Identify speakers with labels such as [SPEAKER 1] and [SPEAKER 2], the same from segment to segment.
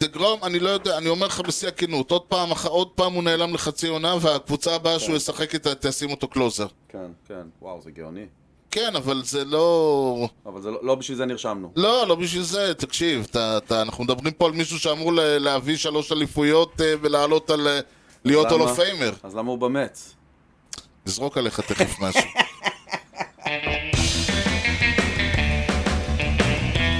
[SPEAKER 1] דגלום, אני לא יודע, אני אומר לך בשיא הכנות, עוד פעם, אח- עוד פעם הוא נעלם לחצי עונה, והקבוצה הבאה שהוא ישחק איתה, תשים אותו קלוזר.
[SPEAKER 2] כן, כן. וואו, זה גאוני.
[SPEAKER 1] כן, אבל זה לא...
[SPEAKER 2] אבל זה לא לא בשביל זה נרשמנו.
[SPEAKER 1] לא, לא בשביל זה, תקשיב, אתה, אתה, אנחנו מדברים פה על מישהו שאמור ל- להביא שלוש אליפויות אה, ולעלות על... אה, להיות
[SPEAKER 2] למה?
[SPEAKER 1] הולו פיימר.
[SPEAKER 2] אז למה הוא במץ?
[SPEAKER 1] אה. נזרוק עליך תכף משהו.
[SPEAKER 3] Drives one,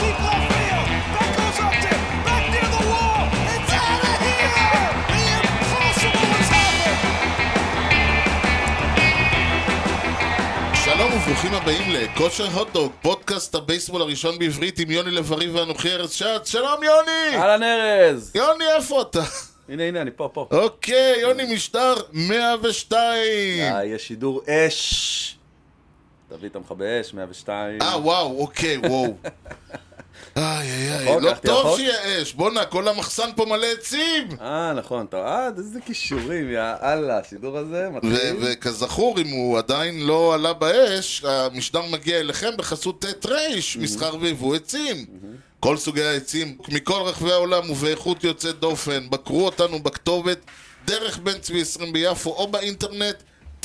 [SPEAKER 3] deep left field. That goes up to, back near the wall. It's out of here. The impossible has happened.
[SPEAKER 1] שלום וברוכים הבאים לכושר הוטדוג, פודקאסט הבייסבול הראשון בעברית עם יוני לב-ארי ואנוכי ארז שץ. שלום יוני!
[SPEAKER 2] אהלן ארז!
[SPEAKER 1] יוני, איפה אתה?
[SPEAKER 2] הנה, הנה, אני פה, פה.
[SPEAKER 1] אוקיי, יוני משטר 102!
[SPEAKER 2] אה, יש שידור אש! תביא את המכבי אש, 102.
[SPEAKER 1] אה, וואו, אוקיי, וואו. איי, איי, איי,
[SPEAKER 2] רחוק,
[SPEAKER 1] לא
[SPEAKER 2] הלכתי
[SPEAKER 1] טוב
[SPEAKER 2] רחוק?
[SPEAKER 1] שיהיה אש. בואנה, כל המחסן פה מלא עצים!
[SPEAKER 2] אה, נכון, טוב. אה, איזה כישורים, יא אללה, השידור הזה
[SPEAKER 1] ו-
[SPEAKER 2] מתחיל.
[SPEAKER 1] וכזכור, אם הוא עדיין לא עלה באש, המשדר מגיע אליכם בחסות ט' ר', מסחר ויבוא עצים. כל סוגי העצים מכל רחבי העולם ובאיכות יוצאת דופן. בקרו אותנו בכתובת דרך בן צבי 20 ביפו או באינטרנט,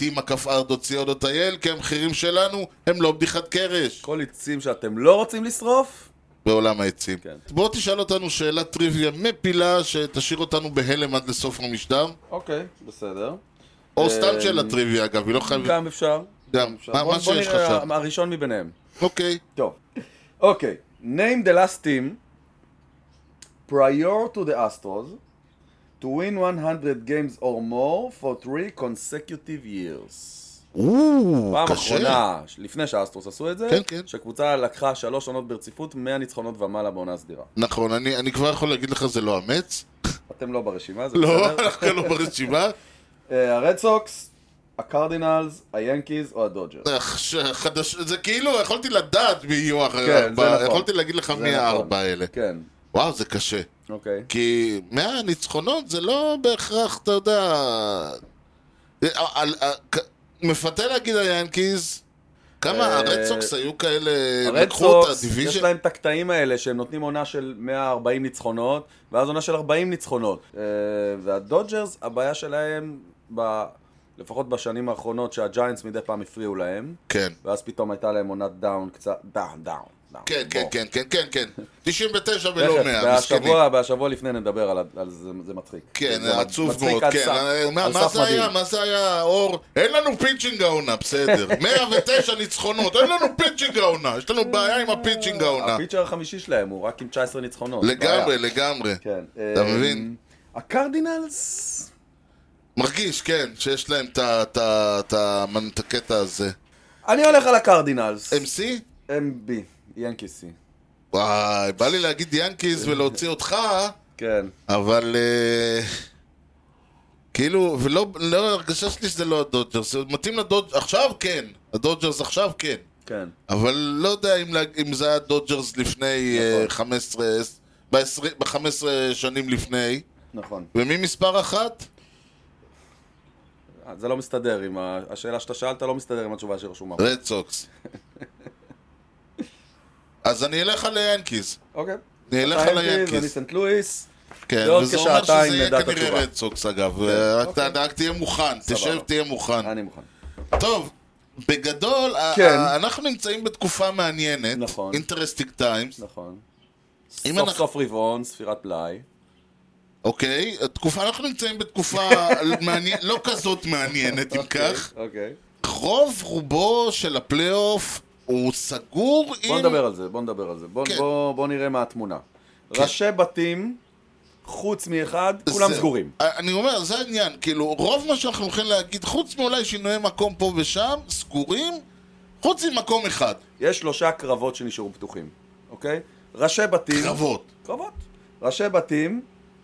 [SPEAKER 1] tima.co.il, כי המחירים שלנו הם לא בדיחת קרש
[SPEAKER 2] כל עצים שאתם לא רוצים לשרוף?
[SPEAKER 1] בעולם העצים.
[SPEAKER 2] כן.
[SPEAKER 1] בוא תשאל אותנו שאלת טריוויה מפילה שתשאיר אותנו בהלם עד לסוף המשדר.
[SPEAKER 2] אוקיי, בסדר.
[SPEAKER 1] או
[SPEAKER 2] אה,
[SPEAKER 1] סתם שאלת טריוויה, אגב, היא לא חייבת...
[SPEAKER 2] גם אפשר.
[SPEAKER 1] גם.
[SPEAKER 2] אפשר.
[SPEAKER 1] מה-
[SPEAKER 2] בוא-
[SPEAKER 1] מה
[SPEAKER 2] בוא
[SPEAKER 1] שיש לך
[SPEAKER 2] נראה
[SPEAKER 1] שם.
[SPEAKER 2] הראשון מביניהם.
[SPEAKER 1] אוקיי.
[SPEAKER 2] טוב. אוקיי. name the last team prior to the Astros to win 100 games or more for three consecutive years. פעם
[SPEAKER 1] קשה.
[SPEAKER 2] אחרונה, ש- לפני שהאסטרוס עשו את זה,
[SPEAKER 1] כן, כן.
[SPEAKER 2] שקבוצה לקחה שלוש עונות ברציפות, 100 ניצחונות ומעלה בעונה הסדירה.
[SPEAKER 1] נכון, אני, אני כבר יכול להגיד לך זה לא אמץ.
[SPEAKER 2] אתם לא ברשימה, זה
[SPEAKER 1] לא,
[SPEAKER 2] בסדר.
[SPEAKER 1] אנחנו לא ברשימה.
[SPEAKER 2] אה, הרד סוקס, הקרדינלס, היאנקיז או הדודג'ר.
[SPEAKER 1] אך, שחדש- זה כאילו, יכולתי לדעת מי יהיו
[SPEAKER 2] זה
[SPEAKER 1] הארבע,
[SPEAKER 2] נכון.
[SPEAKER 1] יכולתי להגיד לך מי הארבע האלה.
[SPEAKER 2] כן,
[SPEAKER 1] וואו, זה קשה.
[SPEAKER 2] אוקיי.
[SPEAKER 1] כי מהניצחונות זה לא בהכרח, אתה יודע... זה- על- על- כ- מפתה להגיד היאנקיז, כמה
[SPEAKER 2] אה,
[SPEAKER 1] הרד סוקס היו כאלה,
[SPEAKER 2] הרד
[SPEAKER 1] לקחו את
[SPEAKER 2] סוקס, יש
[SPEAKER 1] הדיוויז'ן?
[SPEAKER 2] להם את הקטעים האלה שהם נותנים עונה של 140 ניצחונות, ואז עונה של 40 ניצחונות. אה, והדודג'רס, הבעיה שלהם, ב- לפחות בשנים האחרונות, שהג'יינטס מדי פעם הפריעו להם,
[SPEAKER 1] כן.
[SPEAKER 2] ואז פתאום הייתה להם עונת דאון קצת, דאון, דאון. דאון,
[SPEAKER 1] כן, כן,
[SPEAKER 2] בוא.
[SPEAKER 1] כן, כן, כן, כן. 99 ולא
[SPEAKER 2] תכף,
[SPEAKER 1] 100, מסכנים.
[SPEAKER 2] והשבוע, והשבוע לפני נדבר על, על זה, זה מצחיק.
[SPEAKER 1] כן,
[SPEAKER 2] זה
[SPEAKER 1] עצוב
[SPEAKER 2] מצחיק
[SPEAKER 1] מאוד,
[SPEAKER 2] עד
[SPEAKER 1] כן.
[SPEAKER 2] סף-
[SPEAKER 1] מה
[SPEAKER 2] על
[SPEAKER 1] מה
[SPEAKER 2] סף
[SPEAKER 1] זה היה?
[SPEAKER 2] מדהים.
[SPEAKER 1] מה זה היה, אור? אין לנו פיצ'ינג העונה, בסדר. 109 ניצחונות, אין לנו פיצ'ינג העונה. יש לנו בעיה עם הפיצ'ינג העונה.
[SPEAKER 2] הפיצ'ר החמישי שלהם הוא רק עם 19 ניצחונות.
[SPEAKER 1] לגמרי,
[SPEAKER 2] בעיה.
[SPEAKER 1] לגמרי.
[SPEAKER 2] כן.
[SPEAKER 1] אתה
[SPEAKER 2] אה,
[SPEAKER 1] מבין?
[SPEAKER 2] הקרדינלס...
[SPEAKER 1] מרגיש, כן, שיש להם את ה- את ה- את המנ- את הקטע הזה.
[SPEAKER 2] אני הולך על הקרדינלס.
[SPEAKER 1] MC?
[SPEAKER 2] MB, ינקיסי.
[SPEAKER 1] וואי, בא לי להגיד ינקיז ולהוציא אותך,
[SPEAKER 2] כן.
[SPEAKER 1] אבל... אה, כאילו, ולא, לא, הרגשה שלי שזה לא הדודג'רס. זה מתאים לדודג'רס, עכשיו כן. הדודג'רס עכשיו כן.
[SPEAKER 2] כן.
[SPEAKER 1] אבל לא יודע אם, לה- אם זה היה דודג'רס לפני
[SPEAKER 2] נכון.
[SPEAKER 1] אה, 15, ב-20 ב-15 שנים לפני,
[SPEAKER 2] נכון.
[SPEAKER 1] ומי מספר אחת?
[SPEAKER 2] אה, זה לא מסתדר עם ה... השאלה שאתה שאלת לא מסתדר עם התשובה שרשומה.
[SPEAKER 1] רד סוקס. אז אני אלך על היאנקיז.
[SPEAKER 2] אוקיי.
[SPEAKER 1] אני אלך
[SPEAKER 2] אתה
[SPEAKER 1] על
[SPEAKER 2] ינקיס,
[SPEAKER 1] היאנקיז.
[SPEAKER 2] אני סנט לואיס.
[SPEAKER 1] כן,
[SPEAKER 2] בעוד
[SPEAKER 1] וזה אומר שזה
[SPEAKER 2] כשעתיים
[SPEAKER 1] יהיה
[SPEAKER 2] נדע את
[SPEAKER 1] כנראה
[SPEAKER 2] התשובה.
[SPEAKER 1] רד סוקס אגב. רק-
[SPEAKER 2] אוקיי.
[SPEAKER 1] רק תהיה מוכן, תשב
[SPEAKER 2] סבבה.
[SPEAKER 1] תהיה מוכן.
[SPEAKER 2] אני מוכן.
[SPEAKER 1] טוב, בגדול, ה-
[SPEAKER 2] כן.
[SPEAKER 1] ה- אנחנו נמצאים בתקופה מעניינת.
[SPEAKER 2] נכון.
[SPEAKER 1] אינטרסטיק טיימס.
[SPEAKER 2] נכון.
[SPEAKER 1] אם
[SPEAKER 2] סוף
[SPEAKER 1] אנחנו-
[SPEAKER 2] סוף רבעון, ספירת פלאי.
[SPEAKER 1] אוקיי, התקופה, אנחנו נמצאים בתקופה מעניין- לא כזאת מעניינת, אם כך.
[SPEAKER 2] אוקיי.
[SPEAKER 1] רוב רובו של הפלייאוף הוא סגור עם...
[SPEAKER 2] בוא נדבר על זה, בוא נדבר על זה. בוא,
[SPEAKER 1] כן.
[SPEAKER 2] בוא, בוא נראה מה התמונה. ראשי בתים, חוץ מאחד, כולם
[SPEAKER 1] זה-
[SPEAKER 2] סגורים.
[SPEAKER 1] אני אומר, זה העניין, כאילו, רוב מה שאנחנו הולכים להגיד, חוץ מאולי שינויי מקום פה ושם, סגורים, חוץ ממקום אחד,
[SPEAKER 2] יש שלושה קרבות שנשארו פתוחים, אוקיי? ראשי בתים...
[SPEAKER 1] קרבות.
[SPEAKER 2] קרבות. ראשי בתים,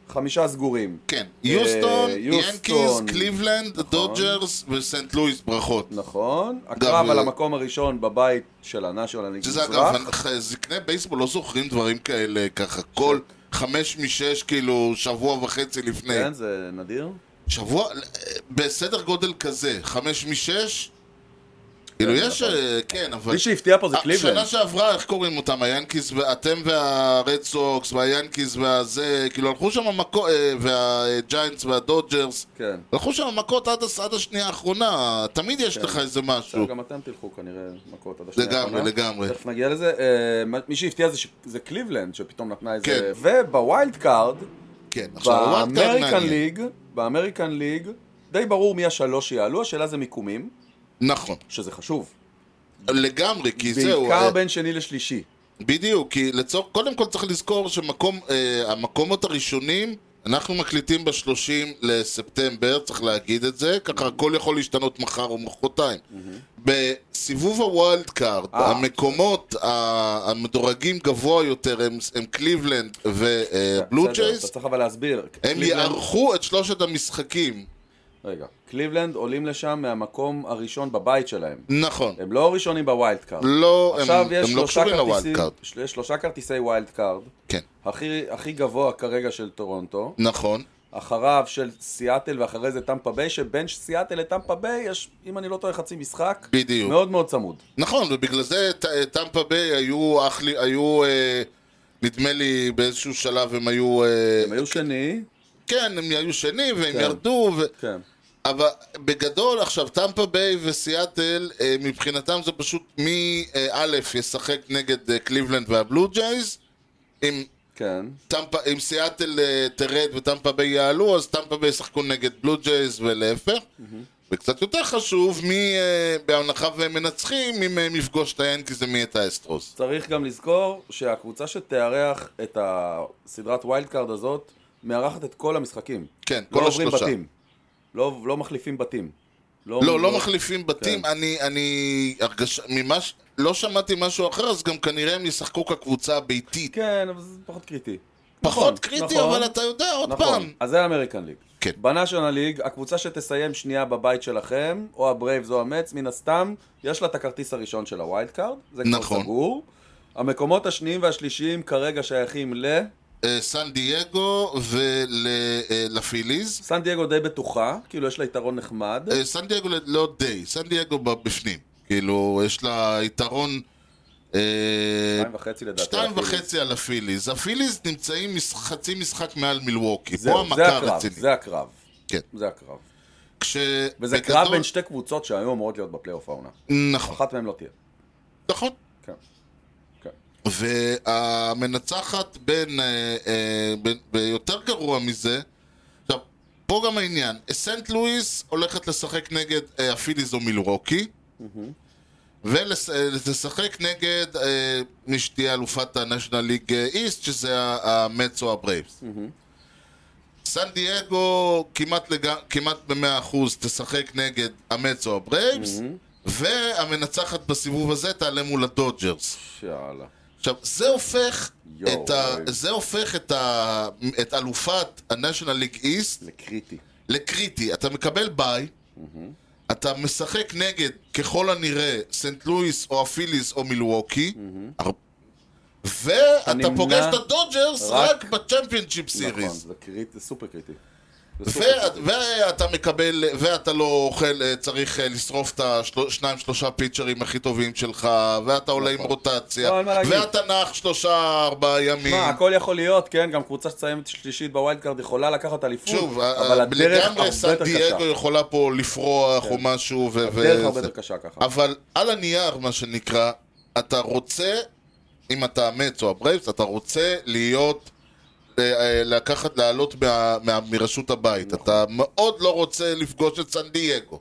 [SPEAKER 2] חמישה סגורים.
[SPEAKER 1] כן, יוסטון,
[SPEAKER 2] אה, יוסטון.
[SPEAKER 1] ינקיז, קליבלנד, דודג'רס וסנט לואיס, ברכות.
[SPEAKER 2] נכון. הקרב
[SPEAKER 1] גם,
[SPEAKER 2] על
[SPEAKER 1] אה,
[SPEAKER 2] המקום הראשון בבית של הנאשון הליג
[SPEAKER 1] שזה
[SPEAKER 2] מזרח.
[SPEAKER 1] אגב, ח- זקני בייסבול לא זוכרים דברים כאלה ככה, כל חמש משש, כאילו, שבוע וחצי לפני. אה,
[SPEAKER 2] כן, זה נדיר.
[SPEAKER 1] שבוע, בסדר גודל כזה, חמש משש, כאילו יש,
[SPEAKER 2] נכון.
[SPEAKER 1] אה, כן, אבל...
[SPEAKER 2] מי שהפתיע פה זה
[SPEAKER 1] שנה
[SPEAKER 2] קליבלנד.
[SPEAKER 1] שעברה, איך קוראים אותם? היאנקיז, ו- אתם והרד סוקס, והיאנקיז והזה, כאילו הלכו שם מכות, והג'יינטס והדודג'רס,
[SPEAKER 2] כן.
[SPEAKER 1] הלכו שם מכות עד, הס- עד השנייה האחרונה, תמיד יש
[SPEAKER 2] כן.
[SPEAKER 1] לך איזה משהו.
[SPEAKER 2] עכשיו גם אתם תלכו כנראה מכות עד השנייה.
[SPEAKER 1] לגמרי,
[SPEAKER 2] האחרונה.
[SPEAKER 1] לגמרי.
[SPEAKER 2] תכף נגיע לזה. אה, מה- מי שהפתיע זה ש- זה קליבלנד, שפתאום נתנה איזה...
[SPEAKER 1] כן.
[SPEAKER 2] ובווילד קארד,
[SPEAKER 1] כן, עכשיו הוואט קארד
[SPEAKER 2] באמריקן
[SPEAKER 1] מעניין.
[SPEAKER 2] ליג, באמריקן ליג, די ברור מי השלוש שיעלו, השאלה זה מיקומים,
[SPEAKER 1] נכון,
[SPEAKER 2] שזה חשוב.
[SPEAKER 1] לגמרי, כי זהו. אה,
[SPEAKER 2] בעיקר בין שני לשלישי.
[SPEAKER 1] בדיוק, כי לצור... קודם כל צריך לזכור שהמקומות הראשונים, אנחנו מקליטים ב-30 לספטמבר, צריך להגיד את זה, ככה הכל יכול להשתנות מחר או מחרתיים. בסיבוב הוולד קארד,
[SPEAKER 2] אה.
[SPEAKER 1] המקומות ה- המדורגים גבוה יותר הם, הם קליבלנד ובלו
[SPEAKER 2] בסדר, אתה
[SPEAKER 1] ג'ייס,
[SPEAKER 2] צריך אבל להסביר.
[SPEAKER 1] הם
[SPEAKER 2] קליבלנד-
[SPEAKER 1] יערכו את שלושת המשחקים.
[SPEAKER 2] רגע. קליבלנד עולים לשם מהמקום הראשון בבית שלהם.
[SPEAKER 1] נכון.
[SPEAKER 2] הם לא ראשונים בווילד קארד.
[SPEAKER 1] לא, הם,
[SPEAKER 2] עכשיו יש
[SPEAKER 1] הם לא
[SPEAKER 2] שלושה
[SPEAKER 1] קשורים
[SPEAKER 2] כרטיסים,
[SPEAKER 1] לוולד קארד.
[SPEAKER 2] יש שלושה כרטיסי ווילד קארד,
[SPEAKER 1] כן,
[SPEAKER 2] הכי, הכי גבוה כרגע של טורונטו,
[SPEAKER 1] נכון.
[SPEAKER 2] אחריו של סיאטל ואחרי זה טמפה ביי, שבין סיאטל לטמפה ביי יש, אם אני לא טועה, חצי משחק,
[SPEAKER 1] בדיוק.
[SPEAKER 2] מאוד מאוד צמוד.
[SPEAKER 1] נכון, ובגלל זה ט- טמפה ביי היו, אחלי, היו אה, נדמה לי באיזשהו שלב הם היו... אה,
[SPEAKER 2] הם היו שני,
[SPEAKER 1] כן, הם היו שני והם
[SPEAKER 2] כן.
[SPEAKER 1] ירדו, ו...
[SPEAKER 2] כן,
[SPEAKER 1] אבל בגדול עכשיו טמפה ביי וסיאטל, אה, מבחינתם זה פשוט מי אה, א' ישחק נגד אה, קליבלנד והבלו ג'ייז, אם,
[SPEAKER 2] כן,
[SPEAKER 1] טמפה, אם סיאטל אה, תרד וטמפה ביי יעלו, אז טמפה ביי ישחקו נגד בלו ג'ייז ולהפך. וקצת יותר חשוב, מי, אה, בהנחה והם מנצחים, מי מהם יפגוש את היאנקיז ומי את האסטרוס.
[SPEAKER 2] צריך גם לזכור שהקבוצה שתארח את הסדרת ווילד קארד הזאת, מארחת את כל המשחקים.
[SPEAKER 1] כן,
[SPEAKER 2] לא
[SPEAKER 1] כל
[SPEAKER 2] עוברים
[SPEAKER 1] השלושה.
[SPEAKER 2] בתים. לא, לא מחליפים בתים.
[SPEAKER 1] לא, לא מחליפים בתים,
[SPEAKER 2] כן.
[SPEAKER 1] אני, אני, הרגש... ממה ש... לא שמעתי משהו אחר, אז גם כנראה הם ישחקו כקבוצה הביתית.
[SPEAKER 2] כן, אבל זה פחות קריטי. נכון,
[SPEAKER 1] פחות קריטי,
[SPEAKER 2] נכון.
[SPEAKER 1] אבל אתה יודע, עוד
[SPEAKER 2] נכון,
[SPEAKER 1] פעם.
[SPEAKER 2] אז זה האמריקן ליג.
[SPEAKER 1] כן.
[SPEAKER 2] בנאשונל ליג, הקבוצה שתסיים שנייה בבית שלכם, או הברייבס או המץ, מן הסתם, יש לה את הכרטיס הראשון של הווילד קארד, זה כבר
[SPEAKER 1] נכון.
[SPEAKER 2] סגור. המקומות השניים והשלישיים כרגע שייכים לסן
[SPEAKER 1] אה, סן אה, דייגו ולפיליז.
[SPEAKER 2] דייגו די בטוחה, כאילו יש לה יתרון נחמד.
[SPEAKER 1] סן דייגו ל- לא די, סן דייגו בפנים. כאילו, יש לה יתרון... אה,
[SPEAKER 2] שתיים וחצי לדעתי.
[SPEAKER 1] שתיים
[SPEAKER 2] לפיליז.
[SPEAKER 1] וחצי על הפיליז. הפיליז נמצאים מש- חצי משחק מעל מילווקי. פה
[SPEAKER 2] זהו, זה
[SPEAKER 1] המכה
[SPEAKER 2] הקרב,
[SPEAKER 1] הרצינית.
[SPEAKER 2] זה הקרב.
[SPEAKER 1] כן.
[SPEAKER 2] זה הקרב.
[SPEAKER 1] כש-
[SPEAKER 2] וזה
[SPEAKER 1] בגדול-
[SPEAKER 2] קרב בין שתי קבוצות שהיו אמורות להיות בפלייאוף העונה.
[SPEAKER 1] נכון,
[SPEAKER 2] אחת מהן לא תהיה.
[SPEAKER 1] נכון.
[SPEAKER 2] כן. כן.
[SPEAKER 1] והמנצחת בין, אה, אה, בין, ביותר גרוע מזה, עכשיו, פה גם העניין, סנט לואיס הולכת לשחק נגד אה, הפיליז או מילורוקי, ולשחק אה, נגד אה, מי שתהיה אלופת הנשנל ליג איסט, שזה ה- המץ או הברייבס. סן דייגו כמעט, לג... כמעט ב-100% תשחק נגד המץ או הברייבס, והמנצחת בסיבוב הזה תעלה מול הדודג'רס.
[SPEAKER 2] יאללה.
[SPEAKER 1] עכשיו, זה הופך
[SPEAKER 2] יואו,
[SPEAKER 1] את, ה...
[SPEAKER 2] אלוהים.
[SPEAKER 1] זה הופך את, ה... את אלופת ה-National League East
[SPEAKER 2] זה קריטי.
[SPEAKER 1] לקריטי. אתה מקבל ביי, אתה משחק נגד, ככל הנראה, סנט לואיס או הפיליס או מילווקי, הר- ואתה
[SPEAKER 2] נמנע
[SPEAKER 1] פוגש את הדודג'רס
[SPEAKER 2] רק-
[SPEAKER 1] רק בצ'מפיונצ'יפ
[SPEAKER 2] נכון,
[SPEAKER 1] סיריס.
[SPEAKER 2] זה קריטי, זה סופר קריטי. זה סופר קריטי.
[SPEAKER 1] ו- ואתה מקבל, ואתה לא אוכל, אה, צריך אה, לשרוף את השניים שלושה פיצ'רים הכי טובים שלך, ואתה עולה עם
[SPEAKER 2] נכון.
[SPEAKER 1] רוטציה,
[SPEAKER 2] לא, אין מה להגיד.
[SPEAKER 1] ואתה נח שלושה ארבעה ימים.
[SPEAKER 2] מה, הכל יכול להיות, כן, גם קבוצה שתסיים שלישית בווילד קארד יכולה לקחת אליפות,
[SPEAKER 1] שוב,
[SPEAKER 2] אבל
[SPEAKER 1] ה-
[SPEAKER 2] הדרך הרבה
[SPEAKER 1] לגמרי
[SPEAKER 2] יותר
[SPEAKER 1] סן דייגו
[SPEAKER 2] קשה. כן.
[SPEAKER 1] יכולה פה לפרוח או משהו, ו...
[SPEAKER 2] הדרך
[SPEAKER 1] ו-
[SPEAKER 2] הרבה
[SPEAKER 1] זה.
[SPEAKER 2] יותר קשה ככה.
[SPEAKER 1] אבל על הנייר, מה שנקרא, אתה רוצה, אם אתה המץ או הברייבס, אתה רוצה להיות, אה, אה, לקחת, לעלות מה- מה- מרשות הבית. אתה מאוד לא רוצה לפגוש את סן דייגו.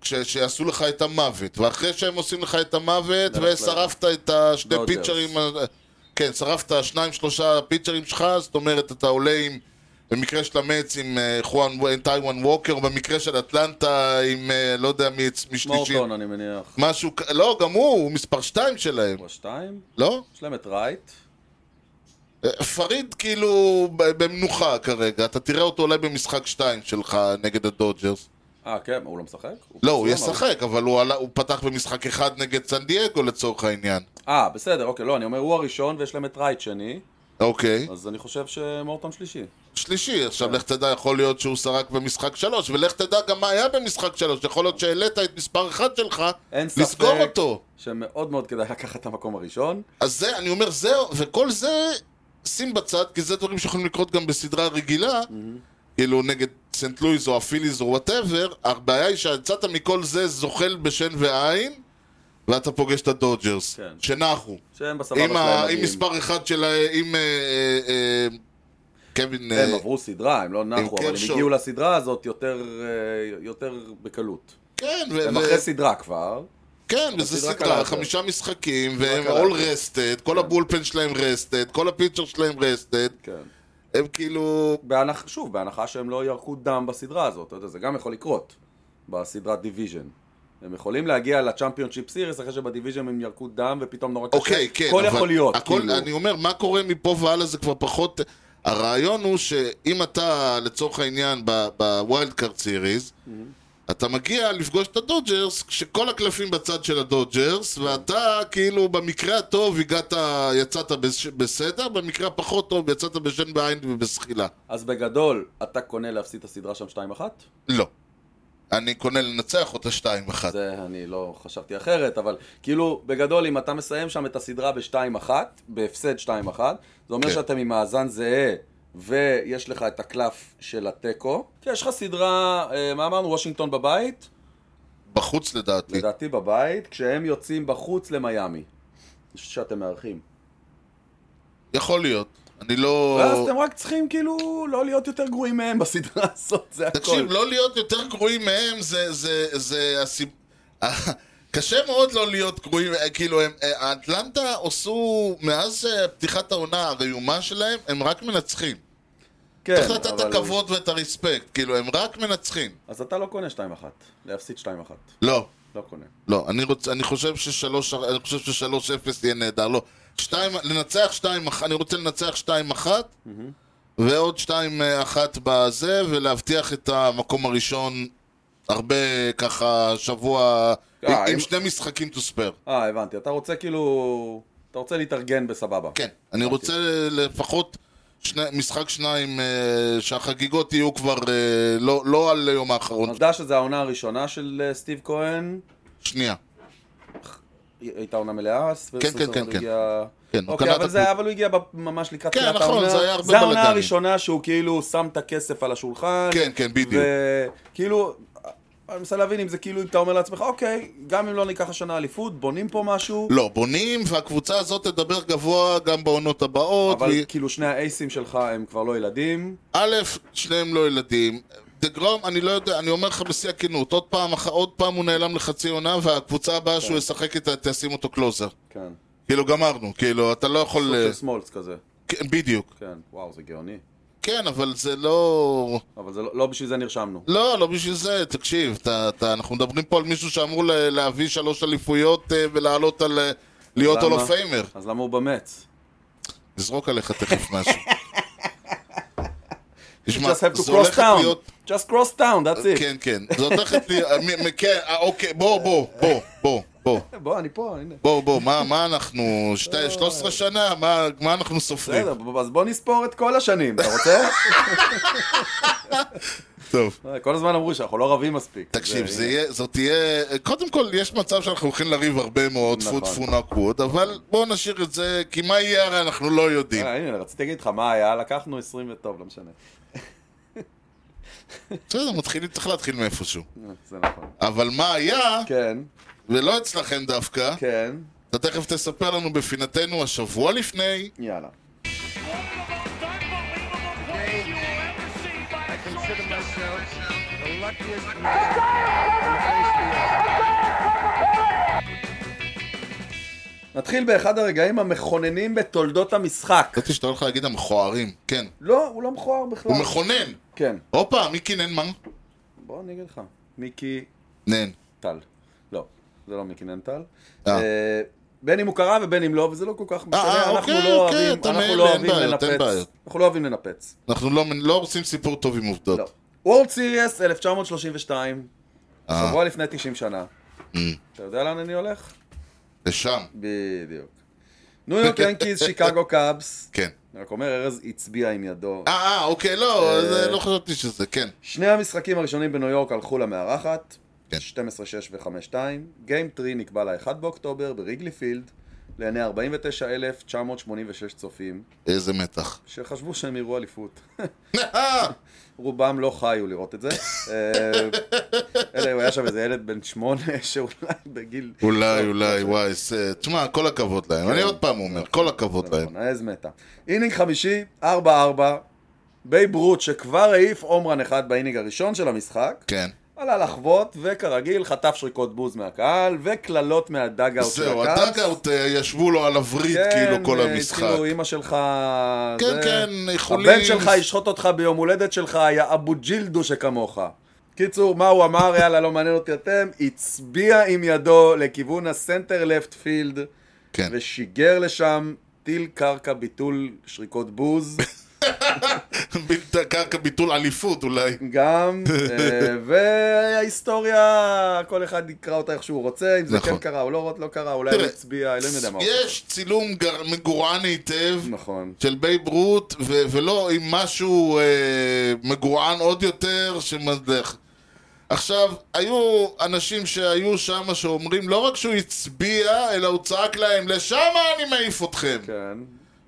[SPEAKER 1] כש- שיעשו לך את המוות, ואחרי שהם עושים לך את המוות,
[SPEAKER 2] ללכת
[SPEAKER 1] ושרפת את השני
[SPEAKER 2] דודג'רס.
[SPEAKER 1] פיצ'רים, ה- כן, שרפת שניים שלושה פיצ'רים שלך, זאת אומרת אתה עולה עם, במקרה של המץ עם אה, חואן עם טיוואן ווקר, במקרה של אטלנטה עם אה, לא יודע מי מי שלישי,
[SPEAKER 2] מורטון, אני מניח.
[SPEAKER 1] משהו, כ- לא, גם הוא, הוא מספר שתיים שלהם,
[SPEAKER 2] או שתיים?
[SPEAKER 1] לא?
[SPEAKER 2] יש להם את רייט.
[SPEAKER 1] אה, פריד כאילו ב- במנוחה כרגע, אתה תראה אותו אולי במשחק שתיים שלך נגד הדודג'רס.
[SPEAKER 2] אה, כן, הוא לא משחק?
[SPEAKER 1] לא, הוא
[SPEAKER 2] פצוע, אבל-
[SPEAKER 1] ישחק, אבל הוא, עלה, הוא פתח במשחק אחד נגד סן דייגו לצורך העניין.
[SPEAKER 2] אה, בסדר, אוקיי, לא, אני אומר, הוא הראשון ויש להם את רייט שני.
[SPEAKER 1] אוקיי.
[SPEAKER 2] אז אני חושב שמורטון שלישי.
[SPEAKER 1] שלישי, עכשיו לך תדע, יכול להיות שהוא סרק במשחק שלוש, ולך תדע גם מה היה במשחק שלוש, יכול להיות שהעלית את מספר אחד שלך,
[SPEAKER 2] אין ספק.
[SPEAKER 1] לסגור אותו.
[SPEAKER 2] שמאוד מאוד כדאי לקחת את המקום הראשון.
[SPEAKER 1] אז זה, אני אומר, זה, וכל זה, שים בצד, כי זה דברים שיכולים לקרות גם בסדרה רגילה, כאילו נגד סנט לואיס או הפיליז או וואטאבר, הבעיה היא שיצאת מכל זה זוחל בשן ועין, ואתה פוגש את הדודג'רס,
[SPEAKER 2] כן. לא
[SPEAKER 1] שנחו.
[SPEAKER 2] שהם בסבבה
[SPEAKER 1] עם,
[SPEAKER 2] שלהם
[SPEAKER 1] ה, עם
[SPEAKER 2] מגיעים.
[SPEAKER 1] מספר אחד של ה... עם אה, אה, אה, קווין... אה,
[SPEAKER 2] הם עברו סדרה, הם לא נחו, אבל הם
[SPEAKER 1] קרשו.
[SPEAKER 2] הגיעו לסדרה הזאת יותר, אה, יותר בקלות.
[SPEAKER 1] כן, ו-
[SPEAKER 2] הם
[SPEAKER 1] ו-
[SPEAKER 2] אחרי סדרה כבר.
[SPEAKER 1] כן, וזה
[SPEAKER 2] הסדרה קלה
[SPEAKER 1] סדרה,
[SPEAKER 2] יותר.
[SPEAKER 1] חמישה משחקים, והם
[SPEAKER 2] קלה
[SPEAKER 1] all
[SPEAKER 2] יותר.
[SPEAKER 1] rested, כל הבולפן שלהם rested, כל הפיצ'ר שלהם rested,
[SPEAKER 2] כן.
[SPEAKER 1] הם כאילו...
[SPEAKER 2] בהנח... שוב, בהנחה שהם לא ירקו דם בסדרה הזאת, אתה יודע, זה גם יכול לקרות בסדרת דיוויז'ן. הם יכולים להגיע לצ'מפיונשיפ סיריס אחרי שבדיוויז'ן הם ירקו דם ופתאום נורא קשה.
[SPEAKER 1] אוקיי, כן.
[SPEAKER 2] הכל
[SPEAKER 1] אבל
[SPEAKER 2] יכול להיות,
[SPEAKER 1] הכל,
[SPEAKER 2] כאילו.
[SPEAKER 1] אני אומר, מה קורה מפה והלאה זה כבר פחות... הרעיון הוא שאם אתה, לצורך העניין, בווילד קארד סיריז, אתה מגיע לפגוש את הדודג'רס, כשכל הקלפים בצד של הדודג'רס, ואתה, כאילו, במקרה הטוב הגעת, יצאת בש- בסדר, במקרה הפחות טוב יצאת בשן בעין ובזחילה.
[SPEAKER 2] אז בגדול, אתה קונה להפסיד את הסדרה שם 2-1?
[SPEAKER 1] לא. אני קונה לנצח אותה 2-1.
[SPEAKER 2] זה אני לא חשבתי אחרת, אבל כאילו, בגדול, אם אתה מסיים שם את הסדרה ב-2-1, בהפסד 2-1, זה אומר
[SPEAKER 1] כן.
[SPEAKER 2] שאתם עם מאזן זהה, ויש לך את הקלף של התיקו. יש לך סדרה, אה, מה אמרנו? וושינגטון בבית?
[SPEAKER 1] בחוץ לדעתי.
[SPEAKER 2] לדעתי בבית, כשהם יוצאים בחוץ למיאמי. אני חושב שאתם מארחים.
[SPEAKER 1] יכול להיות. אני לא...
[SPEAKER 2] ואז אתם רק צריכים כאילו לא להיות יותר גרועים מהם בסדרה הזאת, זה הכל.
[SPEAKER 1] תקשיב, לא להיות יותר גרועים מהם זה... זה, זה הסיב... קשה מאוד לא להיות גרועים, אה, כאילו, הם, אה, האטלנטה עשו, מאז אה, פתיחת העונה, הריומה שלהם, הם רק מנצחים.
[SPEAKER 2] כן,
[SPEAKER 1] צריך לתת את
[SPEAKER 2] אבל-
[SPEAKER 1] הכבוד ואת הרספקט, כאילו, הם רק מנצחים.
[SPEAKER 2] אז אתה לא קונה 2-1, להפסיד 2-1.
[SPEAKER 1] לא,
[SPEAKER 2] לא קונה.
[SPEAKER 1] לא, אני, רוצ, אני חושב ששלוש, אני חושב ששלוש אפס יהיה נהדר, לא. שתיים, לנצח שתיים אחת, אני רוצה לנצח שתיים אחת, ועוד שתיים אה, אחת בזה, ולהבטיח את המקום הראשון הרבה ככה שבוע, עם,
[SPEAKER 2] אה,
[SPEAKER 1] עם
[SPEAKER 2] אם-
[SPEAKER 1] שני משחקים to spare.
[SPEAKER 2] אה, הבנתי. אתה רוצה כאילו... אתה רוצה להתארגן בסבבה.
[SPEAKER 1] כן, אני
[SPEAKER 2] אוקיי.
[SPEAKER 1] רוצה לפחות שני, משחק שניים, אה, שהחגיגות יהיו כבר אה, לא, לא על היום האחרון,
[SPEAKER 2] אז דע שזו העונה הראשונה של אה, סטיב כהן.
[SPEAKER 1] שנייה.
[SPEAKER 2] היא הייתה עונה מלאה, אז
[SPEAKER 1] כן,
[SPEAKER 2] בסוף
[SPEAKER 1] כן,
[SPEAKER 2] הוא
[SPEAKER 1] כן.
[SPEAKER 2] הגיע...
[SPEAKER 1] כן, הוא
[SPEAKER 2] אוקיי,
[SPEAKER 1] קנה
[SPEAKER 2] אבל,
[SPEAKER 1] את
[SPEAKER 2] זה,
[SPEAKER 1] הקבוצה.
[SPEAKER 2] אבל הוא הגיע ב- ממש לקראת
[SPEAKER 1] כן,
[SPEAKER 2] תחילת
[SPEAKER 1] נכון,
[SPEAKER 2] העונה.
[SPEAKER 1] זה היה הרבה
[SPEAKER 2] זה העונה
[SPEAKER 1] בלאגנים.
[SPEAKER 2] הראשונה שהוא כאילו שם את הכסף על השולחן.
[SPEAKER 1] כן, כן, בדיוק.
[SPEAKER 2] וכאילו, אני מנסה להבין אם זה כאילו, אם אתה אומר לעצמך, אוקיי, גם אם לא ניקח השנה אליפות, בונים פה משהו,
[SPEAKER 1] לא, בונים, והקבוצה הזאת תדבר גבוה גם בעונות הבאות.
[SPEAKER 2] אבל
[SPEAKER 1] והיא-
[SPEAKER 2] כאילו שני האייסים שלך הם כבר לא ילדים.
[SPEAKER 1] א', שניהם לא ילדים. דגרום, אני לא יודע, אני אומר לך בשיא הכנות, עוד פעם, אח- עוד פעם הוא נעלם לחצי עונה, והקבוצה הבאה שהוא ישחק איתה, תשים אותו קלוזר.
[SPEAKER 2] כן.
[SPEAKER 1] כאילו, גמרנו, כאילו, אתה לא יכול...
[SPEAKER 2] סוג
[SPEAKER 1] אה,
[SPEAKER 2] של סמולס כזה.
[SPEAKER 1] כן, בדיוק.
[SPEAKER 2] כן, וואו, זה גאוני.
[SPEAKER 1] כן, אבל זה לא...
[SPEAKER 2] אבל זה לא- לא בשביל זה נרשמנו.
[SPEAKER 1] לא, לא בשביל זה, תקשיב, אתה, אתה, אנחנו מדברים פה על מישהו שאמור ל- להביא שלוש אליפויות אה, ולעלות על... אה, להיות
[SPEAKER 2] למה?
[SPEAKER 1] הולופיימר.
[SPEAKER 2] אז למה הוא במץ?
[SPEAKER 1] נזרוק עליך תכף משהו. תשמע,
[SPEAKER 2] Just have to
[SPEAKER 1] זה
[SPEAKER 2] cross
[SPEAKER 1] הולך
[SPEAKER 2] town.
[SPEAKER 1] להיות...
[SPEAKER 2] Just cross town, that's it.
[SPEAKER 1] כן, כן. זה הולכת לי... מ- מ- כן, אה, אוקיי, בוא, בוא, בוא, בוא, בוא.
[SPEAKER 2] בוא, אני פה, הנה.
[SPEAKER 1] בוא, בוא, מה, מה אנחנו... שתי- 13 שנה? מה, מה אנחנו סופרים?
[SPEAKER 2] בסדר, ב- אז בוא נספור את כל השנים, אתה רוצה?
[SPEAKER 1] טוב.
[SPEAKER 2] כל הזמן אמרו שאנחנו לא רבים מספיק.
[SPEAKER 1] תקשיב, זה יהיה, זאת תהיה... קודם כל, יש מצב שאנחנו הולכים לריב הרבה מאוד, טפו
[SPEAKER 2] נכון.
[SPEAKER 1] טפו נקוד, אבל בואו נשאיר את זה, כי מה יהיה הרי אנחנו לא יודעים.
[SPEAKER 2] אה, הנה, רציתי להגיד לך מה היה, לקחנו 20 וטוב, לא משנה.
[SPEAKER 1] בסדר, מתחילים, צריך להתחיל מאיפשהו.
[SPEAKER 2] זה נכון.
[SPEAKER 1] אבל מה היה,
[SPEAKER 2] כן,
[SPEAKER 1] ולא אצלכם דווקא,
[SPEAKER 2] כן,
[SPEAKER 1] אתה תכף תספר לנו בפינתנו השבוע לפני,
[SPEAKER 2] יאללה.
[SPEAKER 3] One of
[SPEAKER 4] consider
[SPEAKER 3] the most unbelievable plays you will ever see by a shortstop.
[SPEAKER 4] myself the luckiest man.
[SPEAKER 2] נתחיל באחד הרגעים המכוננים בתולדות המשחק.
[SPEAKER 1] חשבתי שאתה הולך לא להגיד המכוערים, כן.
[SPEAKER 2] לא, הוא לא מכוער בכלל.
[SPEAKER 1] הוא מכונן.
[SPEAKER 2] כן,
[SPEAKER 1] הופה, מיקי ננמן.
[SPEAKER 2] בוא אני אגיד לך. מיקי
[SPEAKER 1] נן.
[SPEAKER 2] טל. לא, זה לא מיקי ננטל.
[SPEAKER 1] אה.
[SPEAKER 2] אה, בין אם הוא קרא ובין אם לא, וזה לא כל כך
[SPEAKER 1] אה,
[SPEAKER 2] משנה, אנחנו
[SPEAKER 1] אוקיי,
[SPEAKER 2] לא
[SPEAKER 1] אוקיי,
[SPEAKER 2] אוהבים
[SPEAKER 1] אתה
[SPEAKER 2] אנחנו
[SPEAKER 1] מאלה,
[SPEAKER 2] לא
[SPEAKER 1] אין
[SPEAKER 2] אוהבים
[SPEAKER 1] בעיות, אין
[SPEAKER 2] לנפץ.
[SPEAKER 1] בעיות.
[SPEAKER 2] אנחנו לא אוהבים לנפץ.
[SPEAKER 1] אנחנו לא, לא עושים סיפור טוב עם עובדות.
[SPEAKER 2] לא. World Series 1932,
[SPEAKER 1] אה. Mm.
[SPEAKER 2] שבוע לפני 90 שנה. אתה יודע לאן אני הולך?
[SPEAKER 1] לשם,
[SPEAKER 2] בדיוק. ניו יורק ינקיז, שיקגו קאבס,
[SPEAKER 1] כן.
[SPEAKER 2] אני רק אומר, ארז הצביע עם ידו.
[SPEAKER 1] אה, אה, אוקיי, לא, אז, אה, לא חשבתי שזה, כן.
[SPEAKER 2] שני המשחקים הראשונים בניו יורק הלכו למארחת,
[SPEAKER 1] כן.
[SPEAKER 2] 12-6 ו-5-2. גיים 3 נקבע ל-1 באוקטובר בריגלי פילד, לעיני 49,986 צופים,
[SPEAKER 1] איזה מתח.
[SPEAKER 2] שחשבו שהם יראו אליפות.
[SPEAKER 1] אה,
[SPEAKER 2] רובם לא חיו לראות את זה. אה, אלא אם היה שם איזה ילד בן שמונה, שאולי בגיל... לא,
[SPEAKER 1] אולי, אולי, וואי, זה- אוקיי. תשמע, כל הכבוד להם. אני עוד פעם אומר, כל הכבוד
[SPEAKER 2] כן. נכון,
[SPEAKER 1] להם.
[SPEAKER 2] העז מתה. אינינג חמישי, 4-4, בייב רות שכבר העיף עומרן אחד באינינג הראשון של המשחק,
[SPEAKER 1] כן.
[SPEAKER 2] עלה לחוות, וכרגיל חטף שריקות בוז מהקהל, וקללות מהדאגאוט של
[SPEAKER 1] זהו,
[SPEAKER 2] הקהל.
[SPEAKER 1] הדאגאוט אה, ישבו לו על הווריד כאילו כל המשחק.
[SPEAKER 2] כן, אה, התחילו אימא שלך...
[SPEAKER 1] כן,
[SPEAKER 2] זה-
[SPEAKER 1] כן, איחולים.
[SPEAKER 2] הבן שלך ישחוט אותך ביום הולדת שלך, יא אבו ג'ילדו שכמוך. קיצור, מה הוא אמר, יאללה, לא מעניין אותי אתם, הצביע עם ידו לכיוון הסנטר לפט פילד,
[SPEAKER 1] כן.
[SPEAKER 2] ושיגר לשם טיל קרקע ביטול שריקות בוז,
[SPEAKER 1] בלתי קרקע ביטול אליפות אולי.
[SPEAKER 2] גם, אה, וההיסטוריה, כל אחד יקרא אותה איך שהוא רוצה, אם זה
[SPEAKER 1] נכון.
[SPEAKER 2] כן קרה או לא לא קרה, אולי הוא
[SPEAKER 1] תראה,
[SPEAKER 2] הצביע, אלוהים לא יודע מה הוא עושה.
[SPEAKER 1] יש צילום גר- מגורען היטב
[SPEAKER 2] נכון.
[SPEAKER 1] של בייב רות, ו- ולא עם משהו אה, מגורען עוד יותר שמדלך. עכשיו, היו אנשים שהיו שם שאומרים לא רק שהוא הצביע, אלא הוא צעק להם, לשם אני מעיף אתכם.
[SPEAKER 2] כן.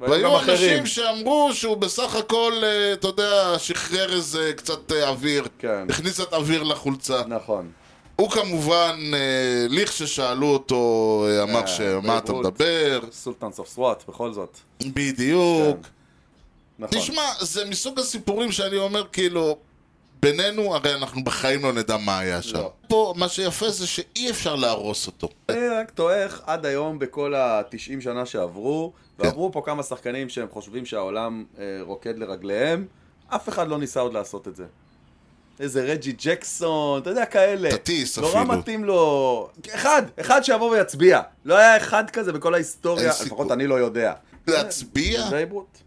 [SPEAKER 1] והיו אנשים שאמרו שהוא בסך הכל, אה, אתה יודע, שחרר איזה קצת אה, אוויר.
[SPEAKER 2] כן.
[SPEAKER 1] הכניס קצת אוויר לחולצה.
[SPEAKER 2] נכון.
[SPEAKER 1] הוא כמובן, אה, לכששאלו אותו, אה, אמר
[SPEAKER 2] אה,
[SPEAKER 1] שמה אתה
[SPEAKER 2] בהירות.
[SPEAKER 1] מדבר,
[SPEAKER 2] סולטנס אוף סוואט, בכל זאת.
[SPEAKER 1] בדיוק.
[SPEAKER 2] נכון.
[SPEAKER 1] תשמע, זה מסוג הסיפורים שאני אומר, כאילו, בינינו, הרי אנחנו בחיים לא נדע מה היה שם.
[SPEAKER 2] לא.
[SPEAKER 1] פה, מה שיפה זה שאי אפשר להרוס אותו.
[SPEAKER 2] אני רק טועך עד היום בכל ה-90 שנה שעברו,
[SPEAKER 1] כן.
[SPEAKER 2] ועברו פה כמה שחקנים שהם חושבים שהעולם אה, רוקד לרגליהם, אף אחד לא ניסה עוד לעשות את זה. איזה רג'י ג'קסון, אתה יודע, כאלה.
[SPEAKER 1] טטיס
[SPEAKER 2] נורא
[SPEAKER 1] אפילו.
[SPEAKER 2] מתאים לו... אחד, אחד שיבוא ויצביע. לא היה אחד כזה בכל ההיסטוריה,
[SPEAKER 1] אין סיכוי.
[SPEAKER 2] לפחות אני לא יודע.
[SPEAKER 1] להצביע?
[SPEAKER 2] בייברוט.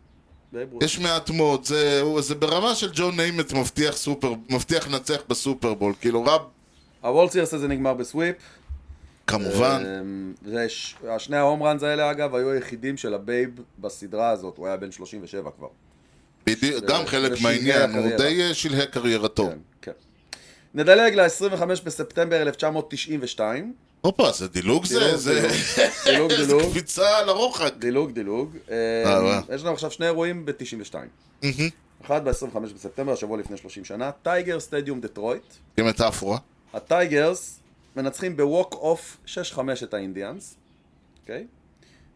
[SPEAKER 2] בייברוט.
[SPEAKER 1] יש מעט מאוד, זה, הוא- זה ברמה של ג'ון ניימט מבטיח סופר, מבטיח לנצח בסופרבול, כאילו רב,
[SPEAKER 2] הוולד סירס הזה נגמר בסוויפ.
[SPEAKER 1] כמובן,
[SPEAKER 2] אמ, זה ש- שני ההום ראנז האלה, אגב, היו היחידים של הבייב בסדרה הזאת. הוא היה בן 37 כבר.
[SPEAKER 1] בדיוק, גם חלק
[SPEAKER 2] ושלהי
[SPEAKER 1] מהעניין, הוא
[SPEAKER 2] הקריירה.
[SPEAKER 1] די אה, שלהי קריירתו.
[SPEAKER 2] כן, כן. נדלג ל-25 בספטמבר 1992.
[SPEAKER 1] הופה, זה דילוג זה?
[SPEAKER 2] דילוג,
[SPEAKER 1] זה
[SPEAKER 2] דילוג,
[SPEAKER 1] זה
[SPEAKER 2] דילוג,
[SPEAKER 1] קפיצה לרוחק.
[SPEAKER 2] דילוג, דילוג.
[SPEAKER 1] אה, וואו.
[SPEAKER 2] אמ, יש לנו עכשיו שני אירועים ב-92. אחד ב-25 בספטמבר, השבוע לפני 30 שנה, טייגר סטדיום דטרויט.
[SPEAKER 1] עם מטאפורה.
[SPEAKER 2] הטייגרס מנצחים בווק אוף 6-5 את האינדיאנס, אוקיי?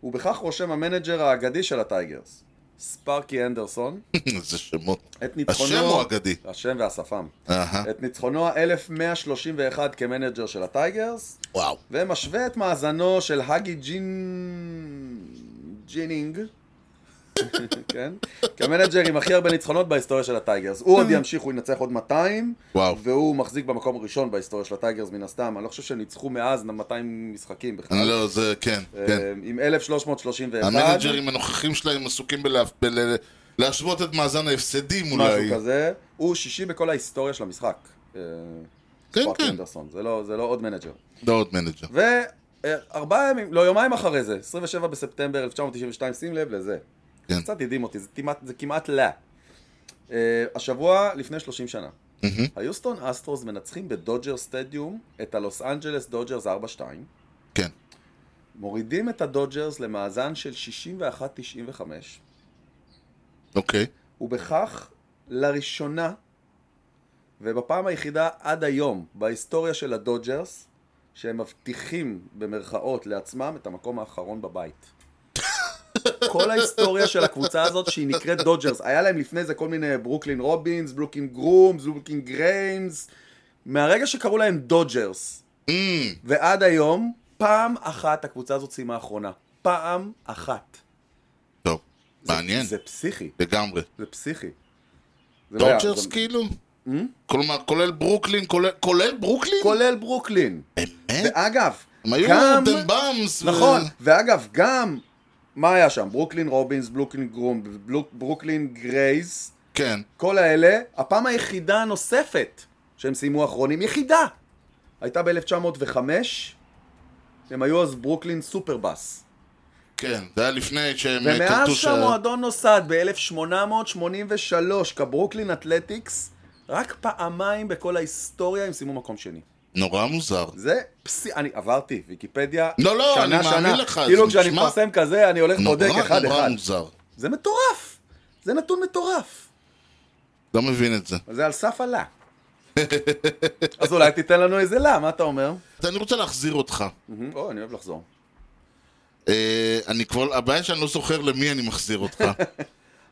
[SPEAKER 2] ובכך רושם המנג'ר האגדי של הטייגרס, ספארקי אנדרסון,
[SPEAKER 1] איזה שמות.
[SPEAKER 2] את ניצחונו...
[SPEAKER 1] השם הוא אגדי.
[SPEAKER 2] השם והשפם.
[SPEAKER 1] אהה,
[SPEAKER 2] את ניצחונו ה-1131 כמנג'ר של הטייגרס,
[SPEAKER 1] וואו.
[SPEAKER 2] ומשווה את מאזנו של הגי ג'ין... ג'ינינג, כן? כמנג'ר עם הכי הרבה ניצחונות בהיסטוריה של הטייגרס. הוא עוד ימשיך, הוא ינצח עוד 200,
[SPEAKER 1] וואו.
[SPEAKER 2] והוא מחזיק במקום הראשון בהיסטוריה של הטייגרס מן הסתם. אני לא חושב שניצחו מאז 200 משחקים בכלל.
[SPEAKER 1] לא, זה, כן, כן.
[SPEAKER 2] אה, עם 1331.
[SPEAKER 1] המנג'רים הנוכחים שלהם עסוקים בלה- בל- להשוות את מאזן ההפסדים אולי.
[SPEAKER 2] משהו כזה. הוא שישי בכל ההיסטוריה של המשחק. אה,
[SPEAKER 1] כן,
[SPEAKER 2] ספארק
[SPEAKER 1] כן.
[SPEAKER 2] אנדרסון. זה לא- זה לא עוד מנג'ר.
[SPEAKER 1] לא עוד מנג'ר.
[SPEAKER 2] וארבעה ימים, לא, יומיים אחרי זה, 27 בספטמבר 1992, שים לב לזה.
[SPEAKER 1] כן.
[SPEAKER 2] קצת הדהים אותי, זה, תימת, זה כמעט לא. Uh, השבוע לפני 30 שנה,
[SPEAKER 1] מהמם.
[SPEAKER 2] היוסטון אסטרוס מנצחים בדודג'ר סטדיום את הלוס אנג'לס דודג'רס 4-2,
[SPEAKER 1] כן.
[SPEAKER 2] מורידים את הדודג'רס למאזן של 61-95,
[SPEAKER 1] אוקיי.
[SPEAKER 2] ובכך לראשונה, ובפעם היחידה עד היום בהיסטוריה של הדודג'רס, שהם מבטיחים במרכאות לעצמם את המקום האחרון בבית. כל ההיסטוריה של הקבוצה הזאת שהיא נקראת דודג'רס, היה להם לפני זה כל מיני ברוקלין רובינס, ברוקלין גרומס, ברוקלין גריימס, מהרגע שקראו להם דודג'רס
[SPEAKER 1] אמ,
[SPEAKER 2] ועד היום, פעם אחת הקבוצה הזאת סיימה אחרונה. פעם אחת.
[SPEAKER 1] טוב.
[SPEAKER 2] זה-
[SPEAKER 1] מעניין.
[SPEAKER 2] זה פסיכי,
[SPEAKER 1] לגמרי.
[SPEAKER 2] זה פסיכי. זה לא היה-
[SPEAKER 1] דודג'רס
[SPEAKER 2] זה- Hmm?
[SPEAKER 1] כאילו? כלומר, כולל ברוקלין, כולל- כולל ברוקלין?
[SPEAKER 2] כולל ברוקלין.
[SPEAKER 1] באמת?
[SPEAKER 2] ואגב,
[SPEAKER 1] הם היו
[SPEAKER 2] גם...
[SPEAKER 1] דם באמס.
[SPEAKER 2] נכון, ואגב, גם... מה היה שם? ברוקלין רובינס, ברוקלין גרום, בלוק- ברוקלין גרייס,
[SPEAKER 1] כן.
[SPEAKER 2] כל האלה, הפעם היחידה הנוספת שהם סיימו אחרונים, יחידה, הייתה ב-1905, הם היו אז ברוקלין סופרבאס.
[SPEAKER 1] כן, זה היה לפני שהם אה,
[SPEAKER 2] ומאז
[SPEAKER 1] קלטו שה-
[SPEAKER 2] שהמועדון נוסד ב-1883 כברוקלין אתלטיקס, רק פעמיים בכל ההיסטוריה הם סיימו מקום שני.
[SPEAKER 1] נורא מוזר.
[SPEAKER 2] זה פסי... אני עברתי ויקיפדיה
[SPEAKER 1] לא, לא,
[SPEAKER 2] שנה,
[SPEAKER 1] אני מאמין
[SPEAKER 2] שנה.
[SPEAKER 1] לך, זה
[SPEAKER 2] כאילו כשאני
[SPEAKER 1] נשמע- נכון,
[SPEAKER 2] מפרסם כזה, אני הולך
[SPEAKER 1] נורא
[SPEAKER 2] בודק אחד
[SPEAKER 1] נורא
[SPEAKER 2] אחד.
[SPEAKER 1] מוזר.
[SPEAKER 2] זה מטורף! זה נתון מטורף.
[SPEAKER 1] לא מבין את זה.
[SPEAKER 2] זה על סף הלה. אז אולי תיתן לנו איזה לה, מה אתה אומר?
[SPEAKER 1] אז אני רוצה להחזיר אותך.
[SPEAKER 2] או, אני אוהב לחזור.
[SPEAKER 1] אה, אני כבר, הבעיה שאני לא זוכר למי אני מחזיר אותך.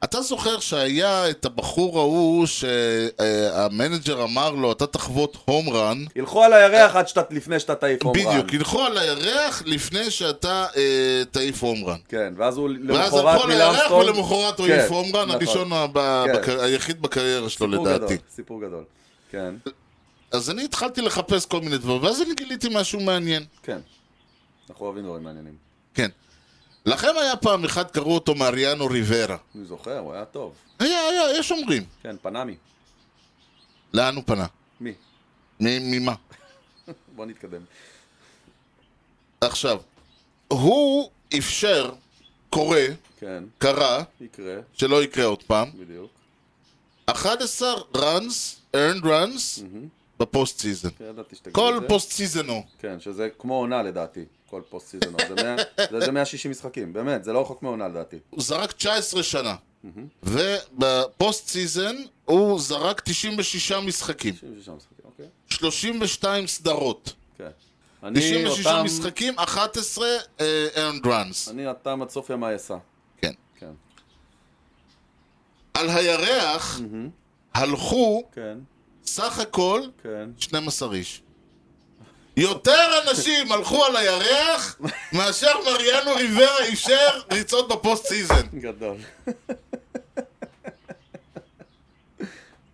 [SPEAKER 1] אתה זוכר שהיה את הבחור ההוא שהמנג'ר אמר לו, אתה תחבוט הום רן,
[SPEAKER 2] ילכו על הירח עד שאתה, לפני שאתה תעיף הומרן.
[SPEAKER 1] בדיוק, ילכו על הירח לפני שאתה אה, תעיף הום רן.
[SPEAKER 2] כן, ואז הוא
[SPEAKER 1] ואז
[SPEAKER 2] למחרת
[SPEAKER 1] הלכו על
[SPEAKER 2] ניל
[SPEAKER 1] הירח
[SPEAKER 2] אמסטרונג-
[SPEAKER 1] ולמחרת הוא
[SPEAKER 2] כן,
[SPEAKER 1] העיף הום רן,
[SPEAKER 2] נכון.
[SPEAKER 1] הראשון ה- ב-
[SPEAKER 2] כן.
[SPEAKER 1] בקר- היחיד בקריירה שלו
[SPEAKER 2] סיפור
[SPEAKER 1] לדעתי.
[SPEAKER 2] גדול, סיפור גדול. כן,
[SPEAKER 1] אז אני התחלתי לחפש כל מיני דברים, ואז אני גיליתי משהו מעניין.
[SPEAKER 2] כן. אנחנו אוהבים דברים מעניינים.
[SPEAKER 1] כן. לכם היה פעם אחת, קראו אותו מריאנו ריברה.
[SPEAKER 2] אני זוכר, הוא היה טוב.
[SPEAKER 1] היה, היה, יש אומרים.
[SPEAKER 2] כן, פנמי.
[SPEAKER 1] לאן הוא פנה?
[SPEAKER 2] מי?
[SPEAKER 1] מ- ממה?
[SPEAKER 2] בוא נתקדם.
[SPEAKER 1] עכשיו, הוא אפשר, קורא,
[SPEAKER 2] כן,
[SPEAKER 1] קרא,
[SPEAKER 2] יקרה,
[SPEAKER 1] שלא יקרה עוד פעם,
[SPEAKER 2] בדיוק.
[SPEAKER 1] 11 runs, earned runes, בפוסט סיזן.
[SPEAKER 2] כן, ידעתי שתגיד את
[SPEAKER 1] כל
[SPEAKER 2] זה.
[SPEAKER 1] פוסט סיזנו.
[SPEAKER 2] כן, שזה כמו עונה לדעתי. כל פוסט סיזון. זה מאה- זה זה 160 משחקים, באמת, זה לא רחוק מעונה לדעתי.
[SPEAKER 1] הוא זרק 19 שנה. ובפוסט סיזן הוא זרק 96 משחקים.
[SPEAKER 2] 96 משחקים, אוקיי.
[SPEAKER 1] 32 סדרות.
[SPEAKER 2] כן. אני
[SPEAKER 1] 96
[SPEAKER 2] אותם-
[SPEAKER 1] משחקים, 11 אה, earned runs.
[SPEAKER 2] אני אותם עד סוף ימי אסע.
[SPEAKER 1] כן.
[SPEAKER 2] כן,
[SPEAKER 1] על הירח הלכו
[SPEAKER 2] כן,
[SPEAKER 1] סך הכל
[SPEAKER 2] כן.
[SPEAKER 1] 12 איש. יותר אנשים הלכו על הירח מאשר מריאנו ריברה אישר ריצות בפוסט סיזן.
[SPEAKER 2] גדול.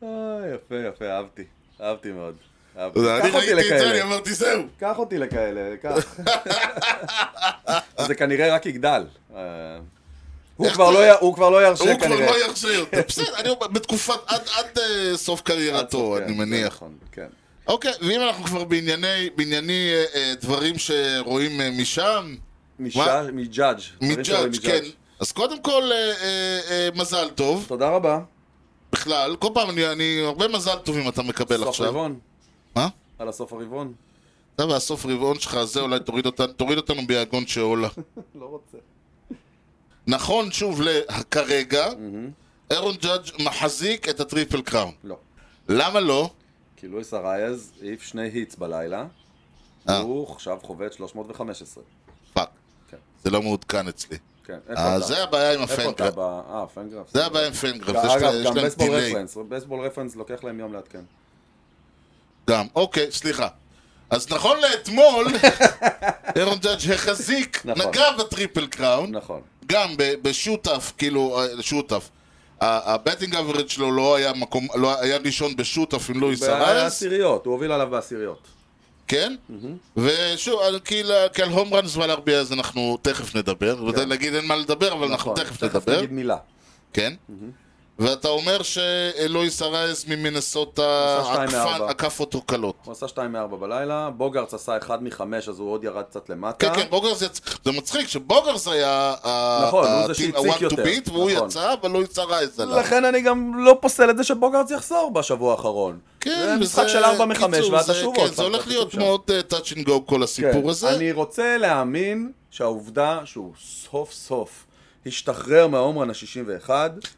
[SPEAKER 2] אה, יפה, יפה, אהבתי. אהבתי מאוד. אהבתי.
[SPEAKER 1] אני
[SPEAKER 2] קח אותי
[SPEAKER 1] ראיתי את זה, אני
[SPEAKER 2] לכאלה.
[SPEAKER 1] אמרתי זהו.
[SPEAKER 2] קח אותי לכאלה, קח. זה כנראה רק יגדל. אה, הוא
[SPEAKER 1] איך
[SPEAKER 2] כבר
[SPEAKER 1] אתה-
[SPEAKER 2] לא י- הוא כבר לא ירשה
[SPEAKER 1] הוא כבר
[SPEAKER 2] כנראה.
[SPEAKER 1] לא ירשה יותר. בסדר, אני אומר, בתקופת, עד- עד אה, סוף קריירתו,
[SPEAKER 2] כן,
[SPEAKER 1] אני
[SPEAKER 2] זה
[SPEAKER 1] מניח.
[SPEAKER 2] נכון, כן.
[SPEAKER 1] אוקיי, ואם אנחנו כבר בענייני בענייני, אה, אה, דברים שרואים אה, משם,
[SPEAKER 2] משאז'- מג'אדג'. דברים שלו
[SPEAKER 1] מג'אדג', כן. אז קודם כל, אה, אה, אה, מזל טוב,
[SPEAKER 2] תודה רבה.
[SPEAKER 1] בכלל. כל פעם אני- אני, הרבה מזל טובים אתה מקבל
[SPEAKER 2] סוף
[SPEAKER 1] עכשיו.
[SPEAKER 2] רבעון.
[SPEAKER 1] מה?
[SPEAKER 2] על הסוף הרבעון.
[SPEAKER 1] אתה והסוף רבעון שלך הזה, אולי תוריד אותנו, תוריד אותנו ביגון שאולה.
[SPEAKER 2] לא רוצה.
[SPEAKER 1] נכון, שוב, ל- כרגע, אירון ג'אדג' מחזיק את הטריפל קראון.
[SPEAKER 2] לא.
[SPEAKER 1] למה לא?
[SPEAKER 2] כי לואיס ארייז העיף שני היטס בלילה.
[SPEAKER 1] אה.
[SPEAKER 2] הוא עכשיו חווה את 315.
[SPEAKER 1] פאק.
[SPEAKER 2] כן.
[SPEAKER 1] זה לא מעודכן אצלי.
[SPEAKER 2] כן, איפה
[SPEAKER 1] אה,
[SPEAKER 2] אתה?
[SPEAKER 1] זה הבעיה עם
[SPEAKER 2] איפה אתה?
[SPEAKER 1] הפנגרף.
[SPEAKER 2] ב- אה, פנגרף.
[SPEAKER 1] זה הבעיה עם פנגרף. יש
[SPEAKER 2] אגב,
[SPEAKER 1] לה- יש להם
[SPEAKER 2] גם בייסבול
[SPEAKER 1] delay.
[SPEAKER 2] רפרנס. בייסבול רפרנס לוקח להם יום לעדכן.
[SPEAKER 1] גם, אוקיי, סליחה. אז נכון לאתמול, אירון ג'אדג' החזיק,
[SPEAKER 2] נכון.
[SPEAKER 1] נגע בטריפל קראון,
[SPEAKER 2] נכון.
[SPEAKER 1] גם ב- בשוטף, כאילו, אה, שוטף. ה- הבטינג אברדג' שלו לא היה מקום, לא היה ראשון לא בשוטף עם לואיס ארז,
[SPEAKER 2] בעשיריות, הוא הוביל עליו בעשיריות.
[SPEAKER 1] כן? ושוב, על- כאילו, כי על הום ראנס ועל הרבה אז אנחנו תכף נדבר, ואתה להגיד אין מה לדבר, אבל אנחנו תכף נדבר,
[SPEAKER 2] כן. נכון. נגיד מילה.
[SPEAKER 1] כן? ואתה אומר שלואיס ארז ממינסוטה
[SPEAKER 2] עשה שתיים
[SPEAKER 1] עקפן-
[SPEAKER 2] מארבע.
[SPEAKER 1] עקף אותו קלות.
[SPEAKER 2] הוא עשה 2 מ-4 בלילה, בוגרץ עשה 1 מ-5, אז הוא עוד ירד קצת למטה.
[SPEAKER 1] כן, כן, בוגרס יצא, זה מצחיק שבוגרס היה
[SPEAKER 2] נכון,
[SPEAKER 1] ה-
[SPEAKER 2] הוא
[SPEAKER 1] ה-
[SPEAKER 2] זה
[SPEAKER 1] team-
[SPEAKER 2] שהציק
[SPEAKER 1] ה-one to
[SPEAKER 2] יותר.
[SPEAKER 1] beat, והוא
[SPEAKER 2] נכון.
[SPEAKER 1] יצא, אבל לא יצא רייז עליו.
[SPEAKER 2] לכן אני גם לא פוסל את זה שבוגרץ יחזור בשבוע האחרון.
[SPEAKER 1] כן,
[SPEAKER 2] זה משחק
[SPEAKER 1] וזה-
[SPEAKER 2] של 4 מ-5,
[SPEAKER 1] קיצור,
[SPEAKER 2] ואתה
[SPEAKER 1] זה-
[SPEAKER 2] שוב
[SPEAKER 1] כן,
[SPEAKER 2] עוד
[SPEAKER 1] זה
[SPEAKER 2] פעם,
[SPEAKER 1] הולך
[SPEAKER 2] אתה
[SPEAKER 1] להיות
[SPEAKER 2] שוב
[SPEAKER 1] מאוד אה, touch and go כל הסיפור הזה.
[SPEAKER 2] כן, אני רוצה להאמין שהעובדה שהוא סוף סוף השתחרר מההומרן ה-61,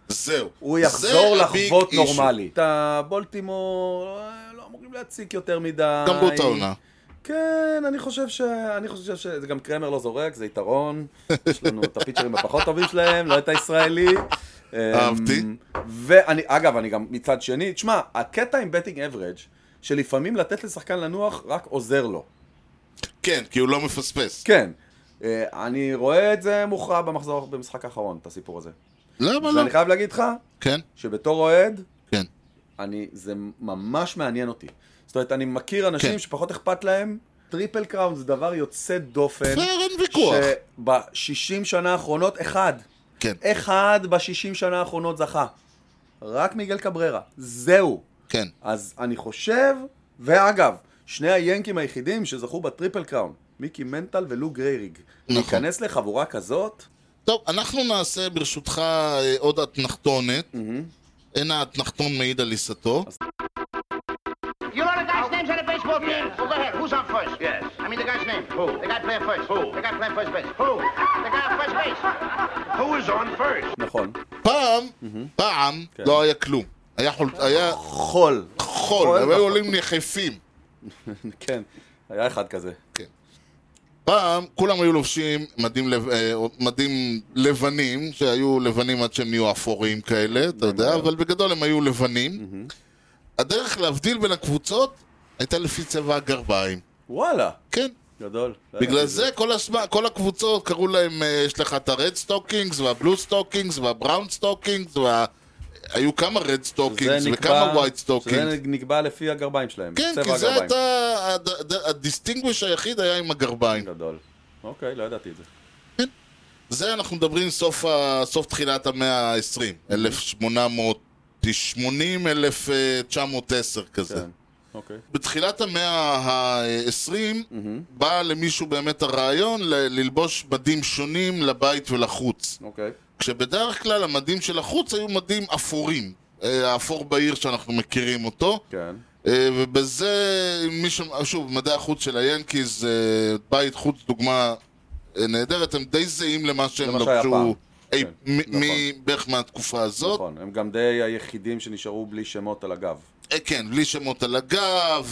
[SPEAKER 1] זהו.
[SPEAKER 2] הוא
[SPEAKER 1] זה
[SPEAKER 2] יחזור
[SPEAKER 1] ה-big
[SPEAKER 2] לחוות
[SPEAKER 1] issue.
[SPEAKER 2] נורמלי. את הבולטימור אה, לא אמורים להציק יותר מדי.
[SPEAKER 1] גמרו את העונה.
[SPEAKER 2] כן, אני חושב ש... אני חושב ש... זה גם קרמר לא זורק, זה יתרון. יש לנו את הפיצ'רים הפחות טובים שלהם, לא את הישראלי.
[SPEAKER 1] אהבתי.
[SPEAKER 2] אמ, ואני, אגב, אני גם מצד שני, תשמע, הקטע עם בטינג אברג' שלפעמים לתת לשחקן לנוח רק עוזר לו.
[SPEAKER 1] כן, כי הוא לא מפספס.
[SPEAKER 2] כן. אה, אני רואה את זה מוכרע במחזור, במשחק האחרון, את הסיפור הזה.
[SPEAKER 1] למה לא?
[SPEAKER 2] ואני חייב להגיד לך,
[SPEAKER 1] כן,
[SPEAKER 2] שבתור אוהד,
[SPEAKER 1] כן.
[SPEAKER 2] אני, זה ממש מעניין אותי. זאת אומרת, אני מכיר אנשים
[SPEAKER 1] כן.
[SPEAKER 2] שפחות אכפת להם, טריפל קראון זה דבר יוצא דופן.
[SPEAKER 1] בסדר, אין ויכוח.
[SPEAKER 2] שב-60 שנה האחרונות, אחד.
[SPEAKER 1] כן,
[SPEAKER 2] אה- אחד ב-60 שנה האחרונות זכה. רק מיגל קבררה. זהו.
[SPEAKER 1] כן.
[SPEAKER 2] אז אני חושב, ואגב, שני היאנקים היחידים שזכו בטריפל קראון. מיקי מנטל ולו גרייריג.
[SPEAKER 1] נכון.
[SPEAKER 2] להיכנס לחבורה כזאת?
[SPEAKER 1] טוב, אנחנו נעשה ברשותך אה, עוד אתנחתונת. אין האתנחתון מעיד על עיסתו.
[SPEAKER 5] You know the guy's names on the baseball team? Well, go ahead. Who's on first? Yes. I mean the guy's name. Who? The guy playing first. Who? The guy playing first base. Who? The guy on first base.
[SPEAKER 4] Who is on first?
[SPEAKER 2] נכון.
[SPEAKER 1] פעם, פעם,
[SPEAKER 2] כן.
[SPEAKER 1] לא היה כלום. היה חול, היה
[SPEAKER 2] חול.
[SPEAKER 1] חול,
[SPEAKER 2] נכון.
[SPEAKER 1] היו עולים יחפים.
[SPEAKER 2] כן, היה אחד כזה.
[SPEAKER 1] פעם כולם היו לובשים מדים, לב... אה, מדים לבנים, שהיו לבנים עד שהם נהיו אפורים כאלה, אתה יודע, אבל בגדול הם היו לבנים. הדרך להבדיל בין הקבוצות הייתה לפי צבע הגרביים.
[SPEAKER 2] וואלה.
[SPEAKER 1] כן.
[SPEAKER 2] גדול. לא
[SPEAKER 1] בגלל
[SPEAKER 2] ידעתי
[SPEAKER 1] זה כל, הסמה, כל הקבוצות קראו להם, אה, יש לך את הרד סטוקינגס והבלו סטוקינגס והבראון סטוקינגס וה... היו כמה רד סטוקינגס
[SPEAKER 2] זה
[SPEAKER 1] וכמה
[SPEAKER 2] נקבע-
[SPEAKER 1] ווייט סטוקינגס.
[SPEAKER 2] שזה נקבע לפי הגרביים שלהם.
[SPEAKER 1] כן,
[SPEAKER 2] צבע
[SPEAKER 1] כי זה
[SPEAKER 2] הגרביים.
[SPEAKER 1] הייתה, הד- הד- הדיסטינגוויש היחיד היה עם הגרביים.
[SPEAKER 2] גדול. אוקיי, לא ידעתי את זה.
[SPEAKER 1] זה אנחנו מדברים סוף, ה... סוף תחילת המאה ה-20, 1880, 1910 כזה.
[SPEAKER 2] כן. אוקיי.
[SPEAKER 1] בתחילת המאה ה-20 בא למישהו באמת הרעיון ל- ללבוש מדים שונים לבית ולחוץ.
[SPEAKER 2] אוקיי.
[SPEAKER 1] כשבדרך כלל המדים של החוץ היו מדים אפורים. אה, האפור בעיר שאנחנו מכירים אותו.
[SPEAKER 2] כן.
[SPEAKER 1] אה, ובזה, מי ש... אה, שוב, מדעי החוץ של היאנקיז, אה, בית חוץ, דוגמה אה, נהדרת, הם די זהים למה שהם
[SPEAKER 2] למה שהיה פעם.
[SPEAKER 1] לבשו אי,
[SPEAKER 2] כן,
[SPEAKER 1] מ-
[SPEAKER 2] נכון.
[SPEAKER 1] מ- בערך מהתקופה הזאת.
[SPEAKER 2] נכון. הם גם די היחידים שנשארו בלי שמות על הגב.
[SPEAKER 1] אה, כן, בלי שמות על הגב,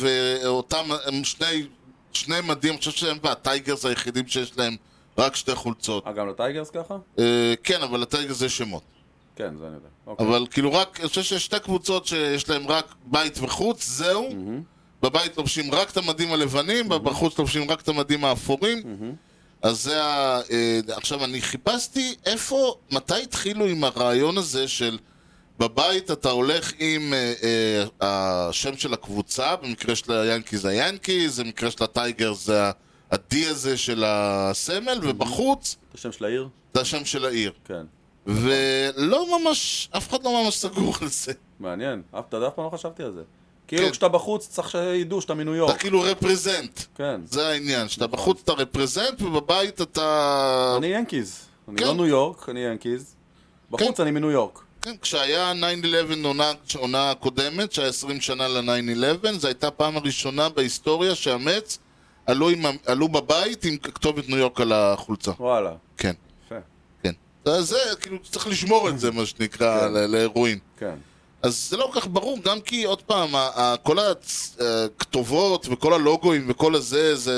[SPEAKER 1] ואותם, הם שני, שני מדים, אני חושב שהם והטייגרס היחידים שיש להם רק שתי חולצות.
[SPEAKER 2] אה, גם לטייגרס ככה?
[SPEAKER 1] אה, כן, אבל לטייגרס יש שמות.
[SPEAKER 2] כן, זה אני יודע. אוקיי.
[SPEAKER 1] אבל כאילו רק, אני חושב שיש שתי קבוצות שיש להן רק בית וחוץ, זהו. בבית לובשים רק את המדים הלבנים, בחוץ לובשים רק את המדים האפורים. אז זה ה... אה, עכשיו, אני חיפשתי איפה, מתי התחילו עם הרעיון הזה של בבית אתה הולך עם אה, אה, השם של הקבוצה, במקרה של היאנקיז היאנקיז, במקרה של הטייגר זה ה- ה-D הזה של הסמל, ובחוץ
[SPEAKER 2] את השם של העיר?
[SPEAKER 1] זה השם של העיר.
[SPEAKER 2] כן.
[SPEAKER 1] ולא ממש, אף אחד לא ממש סגור על זה.
[SPEAKER 2] מעניין. אף אתה יודע, אף פעם לא חשבתי על זה. כאילו
[SPEAKER 1] כן.
[SPEAKER 2] כשאתה בחוץ צריך שידעו שאתה מניו
[SPEAKER 1] אתה
[SPEAKER 2] יורק.
[SPEAKER 1] כאילו רפרזנט.
[SPEAKER 2] כן.
[SPEAKER 1] זה העניין, שאתה בחוץ אתה רפרזנט ובבית אתה...
[SPEAKER 2] אני ינקיז. אני
[SPEAKER 1] כן.
[SPEAKER 2] לא ניו יורק, אני ינקיז. בחוץ אני מניו יורק.
[SPEAKER 1] כן, כשהיה 9-11 עונה- עונה הקודמת, שהיה 20 שנה ל-9-11, זו הייתה הפעם הראשונה בהיסטוריה שהמץ עלו, עם, ה- עלו בבית עם כתובת ניו יורק על החולצה.
[SPEAKER 2] וואלה.
[SPEAKER 1] כן,
[SPEAKER 2] יפה.
[SPEAKER 1] כן. זה, זה כאילו, צריך לשמור את זה, מה שנקרא, ל- לאירועים.
[SPEAKER 2] כן.
[SPEAKER 1] אז זה לא כל כך ברור, גם כי עוד פעם, ה- ה- כל הצ- אה, הכתובות וכל הלוגוים וכל הזה, זה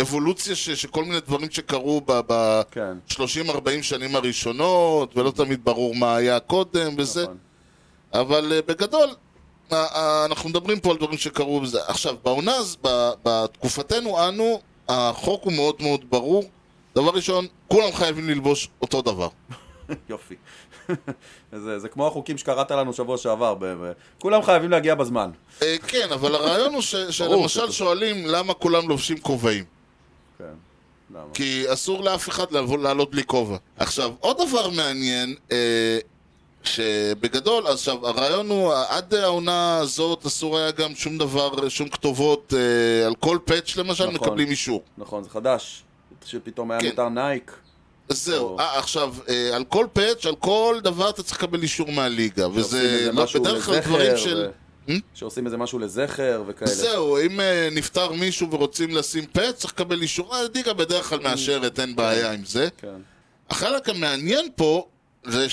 [SPEAKER 1] אבולוציה ש- שכל מיני דברים שקרו
[SPEAKER 2] כן.
[SPEAKER 1] ב-30-40 שנים הראשונות, ולא תמיד ברור מה היה קודם וזה,
[SPEAKER 2] נכון.
[SPEAKER 1] אבל אה, בגדול, ה- ה- אנחנו מדברים פה על דברים שקרו בזה. עכשיו, בעונה, הז- ב- בתקופתנו אנו, החוק הוא מאוד מאוד ברור. דבר ראשון, כולם חייבים ללבוש אותו דבר.
[SPEAKER 2] יופי. זה, זה כמו החוקים שקראת לנו שבוע שעבר, ב- ב- כולם חייבים להגיע בזמן.
[SPEAKER 1] אה, כן, אבל הרעיון הוא ש- שלמשל
[SPEAKER 2] שזה-
[SPEAKER 1] שואלים למה כולם לובשים כובעים.
[SPEAKER 2] כן, למה?
[SPEAKER 1] כי אסור לאף אחד לבוא- לעלות בלי כובע. עכשיו, עוד דבר מעניין, אה, שבגדול, עכשיו, הרעיון הוא, עד העונה הזאת אסור היה גם שום דבר, שום כתובות, אה, על כל פאץ' למשל,
[SPEAKER 2] נכון.
[SPEAKER 1] מקבלים אישור.
[SPEAKER 2] נכון, זה חדש, שפתאום היה
[SPEAKER 1] כן.
[SPEAKER 2] מותר נייק.
[SPEAKER 1] אז זהו,
[SPEAKER 2] או-
[SPEAKER 1] אה, עכשיו, אה, על כל פאץ', על כל דבר אתה צריך לקבל אישור מהליגה,
[SPEAKER 2] שעושים
[SPEAKER 1] וזה
[SPEAKER 2] איזה
[SPEAKER 1] לא-
[SPEAKER 2] משהו
[SPEAKER 1] בדרך כלל
[SPEAKER 2] לזכר,
[SPEAKER 1] דברים
[SPEAKER 2] ו-
[SPEAKER 1] של... Hmm?
[SPEAKER 2] שעושים איזה משהו לזכר וכאלה.
[SPEAKER 1] זהו, אם אה, נפטר מישהו ורוצים לשים פאץ', צריך לקבל אישור, הליגה בדרך כלל מאשרת, אין בעיה עם זה.
[SPEAKER 2] כן.
[SPEAKER 1] החלק המעניין פה זה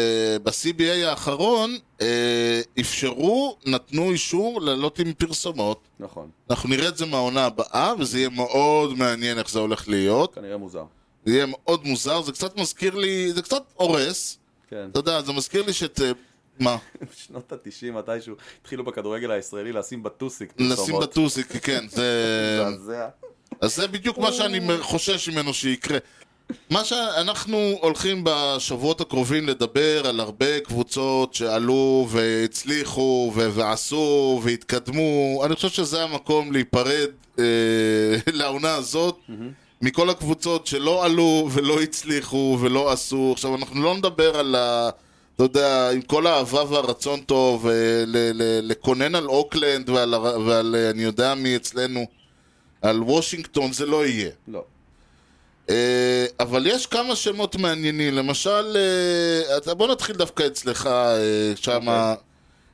[SPEAKER 1] שב-CBA האחרון אה, אפשרו, נתנו אישור לעלות עם פרסומות.
[SPEAKER 2] נכון,
[SPEAKER 1] אנחנו נראה את זה מהעונה הבאה, וזה יהיה מאוד מעניין איך זה הולך להיות.
[SPEAKER 2] כנראה מוזר.
[SPEAKER 1] זה יהיה מאוד מוזר, זה קצת מזכיר לי, זה קצת הורס.
[SPEAKER 2] כן,
[SPEAKER 1] אתה יודע, זה מזכיר לי שאת... אה, מה?
[SPEAKER 2] בשנות ה-90 מתישהו התחילו בכדורגל הישראלי לשים בטוסיק
[SPEAKER 1] לשים
[SPEAKER 2] פרסומות.
[SPEAKER 1] בטוסיק, כן, זה...
[SPEAKER 2] מזעזע.
[SPEAKER 1] אז זה בדיוק מה שאני חושש ממנו שיקרה. מה שאנחנו הולכים בשבועות הקרובים לדבר על הרבה קבוצות שעלו והצליחו ו- ועשו והתקדמו, אני חושב שזה המקום להיפרד אה, לעונה הזאת מכל הקבוצות שלא עלו ולא הצליחו ולא עשו. עכשיו, אנחנו לא נדבר על ה... אתה יודע, עם כל האהבה והרצון טוב, אה, ל- ל- לקונן על אוקלנד ועל, הר- ועל אה, אני יודע מי אצלנו. על וושינגטון זה לא יהיה.
[SPEAKER 2] לא.
[SPEAKER 1] אה, אבל יש כמה שמות מעניינים, למשל, אה, אתה- בוא נתחיל דווקא אצלך אה,
[SPEAKER 2] אוקיי.
[SPEAKER 1] שמה.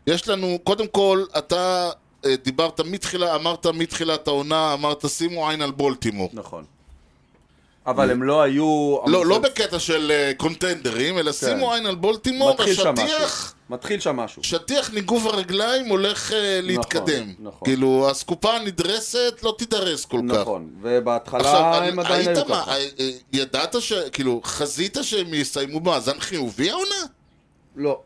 [SPEAKER 1] יש לנו, קודם כל, אתה אה, דיברת מתחילה, אמרת מתחילת העונה, אמרת שימו עין על בולטימור.
[SPEAKER 2] נכון. אבל הם לא היו...
[SPEAKER 1] לא, לא
[SPEAKER 2] המפר-
[SPEAKER 1] בקטע של אה, קונטנדרים, אלא שימו עין על בולטימור,
[SPEAKER 2] כן. מתחיל שם
[SPEAKER 1] השטיח,
[SPEAKER 2] משהו. מתחיל שם משהו.
[SPEAKER 1] שטיח ניגוב הרגליים הולך אה, להתקדם.
[SPEAKER 2] נכון.
[SPEAKER 1] כאילו, האסקופה הנדרסת לא תידרס כל כך.
[SPEAKER 2] נכון. ובהתחלה
[SPEAKER 1] עכשיו,
[SPEAKER 2] הם
[SPEAKER 1] על-
[SPEAKER 2] עדיין
[SPEAKER 1] היית
[SPEAKER 2] היו
[SPEAKER 1] מה,
[SPEAKER 2] ככה.
[SPEAKER 1] אה, אה, ידעת ש... כאילו, חזית שהם יסיימו במאזן חיובי העונה?
[SPEAKER 2] לא.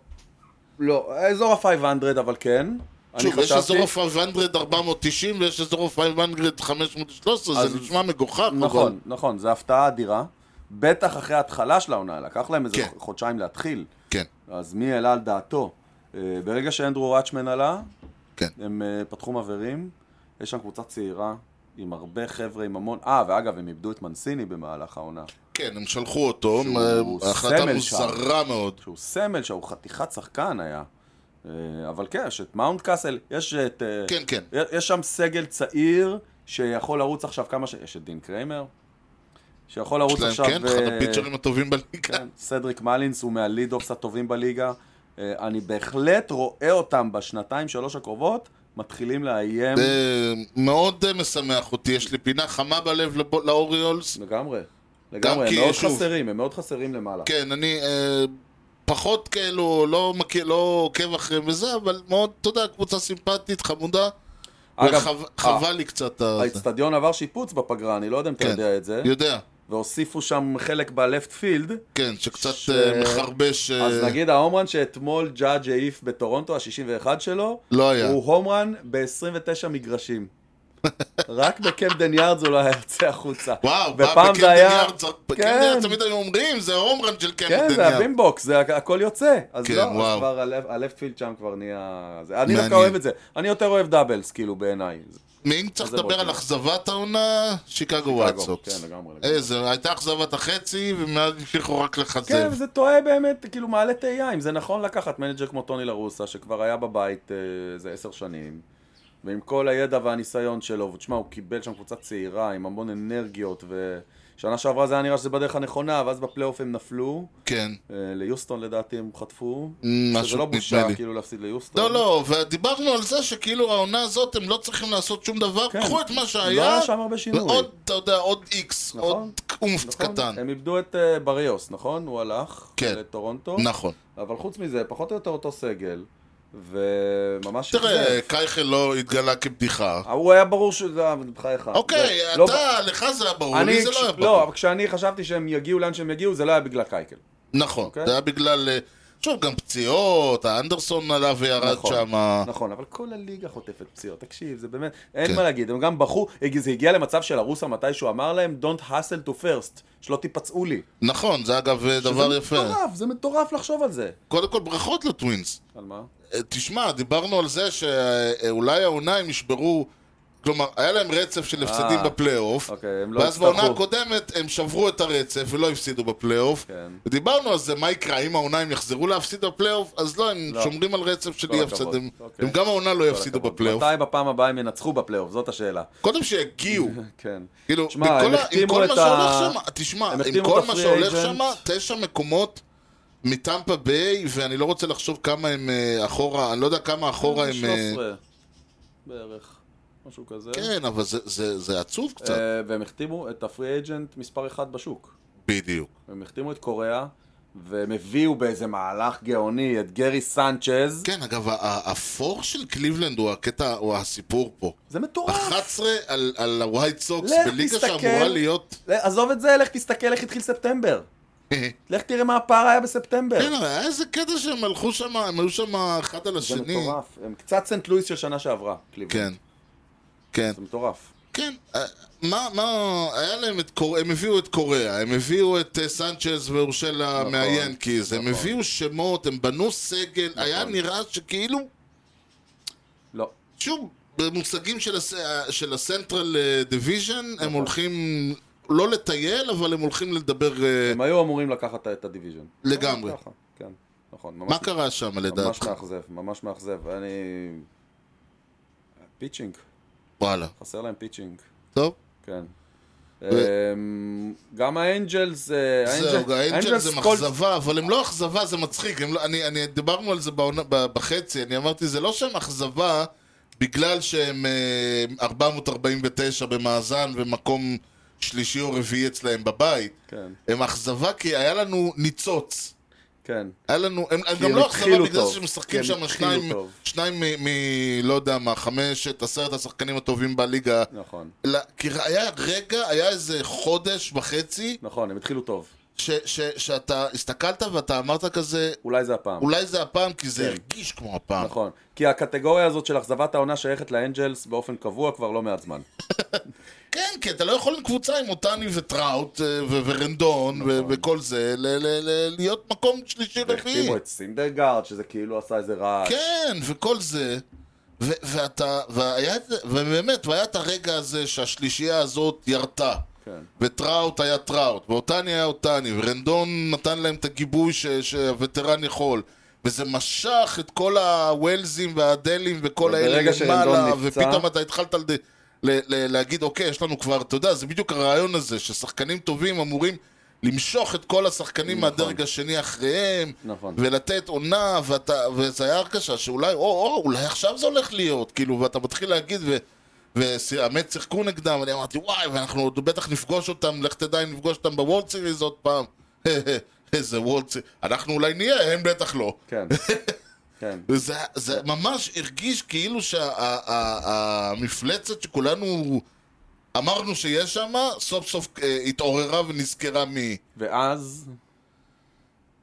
[SPEAKER 2] לא. האזור ה-500, אבל כן. אני
[SPEAKER 1] שוב, יש
[SPEAKER 2] חשבתי...
[SPEAKER 1] אזור ה-500 490 ויש אזור ה-500 513,
[SPEAKER 2] אז-
[SPEAKER 1] זה נשמע מגוחך.
[SPEAKER 2] נכון, נכון. זו הפתעה אדירה. בטח אחרי ההתחלה של העונה, לקח להם איזה
[SPEAKER 1] כן.
[SPEAKER 2] חודשיים להתחיל.
[SPEAKER 1] אבל- כן,
[SPEAKER 2] אז מי העלה על דעתו? אה, ברגע שאנדרו ראצ'מן עלה,
[SPEAKER 1] כן.
[SPEAKER 2] הם אה, פתחו מבערים, יש שם קבוצה צעירה, עם הרבה חבר'ה, עם המון... אה, ואגב, הם איבדו את מנסיני במהלך העונה.
[SPEAKER 1] כן, הם שלחו אותו,
[SPEAKER 2] שהוא
[SPEAKER 1] אה, ההחלטה
[SPEAKER 2] סמל שם.
[SPEAKER 1] מוזרה מאוד.
[SPEAKER 2] שהוא סמל, שהוא חתיכת שחקן היה. אה, אבל כן, יש את מאונט קאסל, יש את... אה,
[SPEAKER 1] כן, כן.
[SPEAKER 2] יש- יש שם סגל צעיר שיכול לרוץ עכשיו כמה ש... יש את דין קריימר, שיכול לרוץ
[SPEAKER 1] שלהם,
[SPEAKER 2] עכשיו...
[SPEAKER 1] כן, אחד
[SPEAKER 2] אה,
[SPEAKER 1] הפיצ'רים הטובים בליגה.
[SPEAKER 2] כן, סדריק מלינס הוא מהליד אופס הטובים בליגה. אה, אני בהחלט רואה אותם בשנתיים, שלוש הקרובות, מתחילים לאיים
[SPEAKER 1] זה מאוד אה, משמח אותי, יש לי פינה חמה בלב לבו- לאוריולס.
[SPEAKER 2] לגמרי. לגמרי, הם
[SPEAKER 1] כי,
[SPEAKER 2] מאוד
[SPEAKER 1] שוב-
[SPEAKER 2] חסרים, הם מאוד חסרים למעלה.
[SPEAKER 1] כן, אני אה, פחות כאילו, לא מכיר, לא עוקב אחריהם וזה, אבל מאוד, אתה יודע, קבוצה סימפטית, חמודה.
[SPEAKER 2] אגב, אה,
[SPEAKER 1] וחב-
[SPEAKER 2] ה-
[SPEAKER 1] חבל לי קצת. ה-
[SPEAKER 2] האיצטדיון עבר שיפוץ בפגרה, אני לא יודע אם אתה
[SPEAKER 1] כן.
[SPEAKER 2] יודע את זה,
[SPEAKER 1] יודע,
[SPEAKER 2] והוסיפו שם חלק בלפט פילד,
[SPEAKER 1] כן, שקצת
[SPEAKER 2] ש-
[SPEAKER 1] אה, מחרבש. אה,
[SPEAKER 2] אז נגיד ההומרן שאתמול ג'אג' העיף בטורונטו, ה-61 שלו,
[SPEAKER 1] לא היה.
[SPEAKER 2] הוא הומרן ב-29 מגרשים. רק בקמפדן יארדס הוא לא היה יוצא החוצה.
[SPEAKER 1] וואו,
[SPEAKER 2] ופעם זה היה...
[SPEAKER 1] בקנדיארד
[SPEAKER 2] כן,
[SPEAKER 1] תמיד היו אומרים, זה הומרן של
[SPEAKER 2] כן, זה
[SPEAKER 1] קנדיארד.
[SPEAKER 2] הבימבוקס, זה הכ- הכל יוצא. אז
[SPEAKER 1] כן,
[SPEAKER 2] לא, אז
[SPEAKER 1] וואו.
[SPEAKER 2] כבר הלב- הלפט פילד שם כבר נהיה... זה- אני דווקא
[SPEAKER 1] מעניין.
[SPEAKER 2] אוהב את זה. אני יותר אוהב דאבלס, כאילו, בעיניי.
[SPEAKER 1] ואם צריך
[SPEAKER 2] זה
[SPEAKER 1] לדבר
[SPEAKER 2] בולטון.
[SPEAKER 1] על אכזבת העונה, שיקגו ווייט סוקס.
[SPEAKER 2] כן, לגמרי. לגמרי.
[SPEAKER 1] איזה, הייתה אכזבת החצי, ומאז המשיכו רק לחזב.
[SPEAKER 2] כן, זה טועה באמת, כאילו, מעלה תהייה אם זה נכון לקחת מנג'ר כמו טוני לרוסה, שכבר היה בבית אה, איזה עשר שנים, ועם כל הידע והניסיון שלו, ותשמע, הוא קיבל שם קבוצה צעירה עם המון אנרגיות, ושנה שעברה זה היה נראה שזה בדרך הנכונה, ואז בפלייאוף הם נפלו,
[SPEAKER 1] כן,
[SPEAKER 2] אה, ליוסטון לדעתי הם חטפו, שזה
[SPEAKER 1] משהו
[SPEAKER 2] לא
[SPEAKER 1] נדמה
[SPEAKER 2] בושה,
[SPEAKER 1] לי.
[SPEAKER 2] כאילו, להפסיד ליוסטון.
[SPEAKER 1] לא, לא, ודיברנו על זה שכאילו העונה הזאת הם לא צריכים לעשות שום דבר,
[SPEAKER 2] כן.
[SPEAKER 1] קחו את מה
[SPEAKER 2] לא
[SPEAKER 1] שהיה,
[SPEAKER 2] היה שם הרבה שינוי.
[SPEAKER 1] ועוד, אתה יודע, עוד איקס,
[SPEAKER 2] נכון.
[SPEAKER 1] עוד אומפט
[SPEAKER 2] נכון?
[SPEAKER 1] קטן.
[SPEAKER 2] הם איבדו את אה, בריוס, נכון? הוא הלך
[SPEAKER 1] כן.
[SPEAKER 2] לטורונטו.
[SPEAKER 1] נכון.
[SPEAKER 2] אבל חוץ מזה, פחות או יותר אותו סגל, וממש...
[SPEAKER 1] תראה,
[SPEAKER 2] אכזב.
[SPEAKER 1] קייכל לא התגלה כבדיחה.
[SPEAKER 2] הוא היה ברור שזה... אה, בחייך.
[SPEAKER 1] אוקיי,
[SPEAKER 2] לא-
[SPEAKER 1] אתה, לך זה היה ברור,
[SPEAKER 2] אני-
[SPEAKER 1] לי זה לא היה ברור.
[SPEAKER 2] לא, אבל כשאני חשבתי שהם יגיעו לאן שהם יגיעו, זה לא היה בגלל קייקל.
[SPEAKER 1] נכון,
[SPEAKER 2] אוקיי?
[SPEAKER 1] זה היה בגלל, אה, שוב, גם פציעות, האנדרסון עלה וירד
[SPEAKER 2] נכון,
[SPEAKER 1] שם.
[SPEAKER 2] נכון, אבל כל הליגה חוטפת פציעות, תקשיב, זה באמת, אין
[SPEAKER 1] כן.
[SPEAKER 2] מה להגיד, הם גם בחרו, זה הגיע למצב שלרוסה מתישהו אמר להם, Don't hustle to first, שלא תיפצעו לי.
[SPEAKER 1] נכון, זה אגב אה, דבר יפה.
[SPEAKER 2] זה מטורף, זה מטורף לחשוב על זה.
[SPEAKER 1] קודם כל, ברכות לטווינס.
[SPEAKER 2] על מה?
[SPEAKER 1] אה, תשמע, דיברנו על זה שאולי העונה הם ישברו, כלומר, היה להם רצף של הפסדים
[SPEAKER 2] אה,
[SPEAKER 1] בפלייאוף,
[SPEAKER 2] אוקיי, הם לא
[SPEAKER 1] ואז בעונה
[SPEAKER 2] יצטרכו.
[SPEAKER 1] הקודמת הם שברו את הרצף ולא הפסידו בפלייאוף.
[SPEAKER 2] כן.
[SPEAKER 1] ודיברנו על זה, מה יקרה, אם העונה הם יחזרו להפסיד בפלייאוף, אז לא, הם
[SPEAKER 2] לא.
[SPEAKER 1] שומרים על רצף של
[SPEAKER 2] כל
[SPEAKER 1] אי
[SPEAKER 2] הכבוד.
[SPEAKER 1] הפסדים.
[SPEAKER 2] אוקיי.
[SPEAKER 1] הם גם העונה לא יפסידו
[SPEAKER 2] כל הכבוד.
[SPEAKER 1] בפלייאוף.
[SPEAKER 2] מתי בפעם הבאה הם ינצחו בפלייאוף? זאת השאלה.
[SPEAKER 1] קודם שיגיעו.
[SPEAKER 2] כן.
[SPEAKER 1] כאילו,
[SPEAKER 2] תשמע,
[SPEAKER 1] בכל
[SPEAKER 2] הם
[SPEAKER 1] ה- עם
[SPEAKER 2] החתימו
[SPEAKER 1] כל
[SPEAKER 2] את
[SPEAKER 1] מה
[SPEAKER 2] ה-
[SPEAKER 1] שהולך שם, תשמע,
[SPEAKER 2] הם
[SPEAKER 1] עם
[SPEAKER 2] החתימו
[SPEAKER 1] כל
[SPEAKER 2] את
[SPEAKER 1] מה
[SPEAKER 2] ה-free
[SPEAKER 1] שהולך
[SPEAKER 2] agent.
[SPEAKER 1] שם, תשע מקומות מטמפה ביי, ואני לא רוצה לחשוב כמה הם אה, אחורה, אני לא יודע כמה אחורה הם... אה,
[SPEAKER 2] 13 בערך, משהו כזה.
[SPEAKER 1] כן, אבל זה- זה זה עצוב קצת.
[SPEAKER 2] אה, והם החתימו את הפרי אג'נט מספר 1 בשוק.
[SPEAKER 1] בדיוק.
[SPEAKER 2] הם החתימו את קוריאה, והם הביאו באיזה מהלך גאוני את גרי סנצ'ז.
[SPEAKER 1] כן, אגב, ה- ה- הפור של קליבלנד הוא הקטע, הוא הסיפור פה.
[SPEAKER 2] זה מטורף.
[SPEAKER 1] 11 על- על הווייט סוקס,
[SPEAKER 2] לך
[SPEAKER 1] בליגה
[SPEAKER 2] תסתכל.
[SPEAKER 1] שאמורה להיות...
[SPEAKER 2] ל- עזוב את זה, לך תסתכל איך התחיל ספטמבר. לך תראה מה הפער היה בספטמבר.
[SPEAKER 1] כן, אבל היה איזה קטע שהם הלכו שם, הם היו שם אחד על
[SPEAKER 2] זה
[SPEAKER 1] השני.
[SPEAKER 2] מטורף. הם קצת סנט לואיס של שנה שעברה, קליבלנד.
[SPEAKER 1] כן. כן.
[SPEAKER 2] זה מטורף.
[SPEAKER 1] כן, אה, מה, מה, היה להם את קוריאה, הם הביאו את קוריאה, הם הביאו את אה, סנצ'ז ואורשלה
[SPEAKER 2] נכון, נכון.
[SPEAKER 1] מהיאנקיז, הם הביאו שמות, הם בנו סגל, היה נראה שכאילו,
[SPEAKER 2] לא.
[SPEAKER 1] שוב, במושגים של, הס... אה, של הסנטרל אה, דיוויז'ן,
[SPEAKER 2] נכון.
[SPEAKER 1] הם הולכים לא לטייל, אבל הם הולכים לדבר אה,
[SPEAKER 2] הם היו אמורים לקחת את הדיוויז'ן.
[SPEAKER 1] לגמרי.
[SPEAKER 2] ככה, כן, נכון. ממש
[SPEAKER 1] מה קרה שם
[SPEAKER 2] ממש נכון.
[SPEAKER 1] לדעתך?
[SPEAKER 2] מאכזב, ממש מאכזב. אני... פיצ'ינג,
[SPEAKER 1] וואלה,
[SPEAKER 2] חסר להם פיצ'ינג.
[SPEAKER 1] טוב.
[SPEAKER 2] כן. אמ, גם האנג'לס, אה,
[SPEAKER 1] זהו, האנג'ל
[SPEAKER 2] האנג'לס
[SPEAKER 1] זה
[SPEAKER 2] כל-
[SPEAKER 1] אכזבה, אבל הם לא אכזבה, זה מצחיק. הם לא- אני- אני- דיברנו על זה בעונה- ב- בחצי, אני אמרתי, זה לא שהם אכזבה בגלל שהם אה, 449 במאזן ומקום שלישי או רביעי אצלהם בבית.
[SPEAKER 2] כן,
[SPEAKER 1] הם אכזבה כי היה לנו ניצוץ.
[SPEAKER 2] כן.
[SPEAKER 1] היה לנו, הם, הם גם
[SPEAKER 2] הם
[SPEAKER 1] לא אכזבה
[SPEAKER 2] התחילו
[SPEAKER 1] בגלל
[SPEAKER 2] טוב.
[SPEAKER 1] שהם משחקים
[SPEAKER 2] כי הם
[SPEAKER 1] שם
[SPEAKER 2] התחילו
[SPEAKER 1] שניים,
[SPEAKER 2] טוב.
[SPEAKER 1] שניים מ, מ... לא יודע מה, חמשת, עשרת השחקנים הטובים בליגה.
[SPEAKER 2] נכון,
[SPEAKER 1] אלא, כי היה רגע, היה איזה חודש וחצי,
[SPEAKER 2] נכון, הם התחילו טוב.
[SPEAKER 1] ש, ש, שאתה הסתכלת ואתה אמרת כזה,
[SPEAKER 2] אולי זה הפעם.
[SPEAKER 1] אולי זה הפעם, כי זה
[SPEAKER 2] כן.
[SPEAKER 1] הרגיש כמו הפעם.
[SPEAKER 2] נכון. כי הקטגוריה הזאת של אכזבת העונה שייכת לאנג'לס באופן קבוע כבר לא מעט זמן.
[SPEAKER 1] כן, כי אתה לא יכול עם קבוצה עם אותני וטראוט אה, ו- ורנדון ו- וכל זה, ל- ל- ל- להיות מקום שלישי רביעי.
[SPEAKER 2] נכון. והחתימו את סינדרגארד, שזה כאילו עשה איזה רעש.
[SPEAKER 1] כן, וכל זה. ו- ואתה, והיה, את זה- ובאמת, והיה את הרגע הזה שהשלישייה הזאת ירתה.
[SPEAKER 2] כן.
[SPEAKER 1] וטראוט היה טראוט, ואותני היה אותני, ורנדון נתן להם את הגיבוי ש- שהווטרן יכול. וזה משך את כל הוולזים והדלים וכל האלה
[SPEAKER 2] וברגע שרנדון
[SPEAKER 1] למעלה,
[SPEAKER 2] נפצע-
[SPEAKER 1] ופתאום אתה התחלת לד... ל- ל- להגיד, אוקיי, יש לנו כבר, אתה יודע, זה בדיוק הרעיון הזה, ששחקנים טובים אמורים למשוך את כל השחקנים מהדרג השני אחריהם,
[SPEAKER 2] נכון.
[SPEAKER 1] ולתת עונה, ואתה, וזה היה הרגשה שאולי, או, או, אולי עכשיו זה הולך להיות, כאילו, ואתה מתחיל להגיד, ו... והאמת שיחקו נגדם, אני אמרתי, וואי, ואנחנו עוד בטח נפגוש אותם, לך תדע אם נפגוש אותם בוולד סיריז עוד פעם. איזה וולד סיריז, אנחנו אולי נהיה, הם בטח לא.
[SPEAKER 2] כן. כן.
[SPEAKER 1] זה, זה ממש הרגיש כאילו שהמפלצת שכולנו אמרנו שיש שם, סוף סוף אה, התעוררה ונזכרה מי.
[SPEAKER 2] ואז,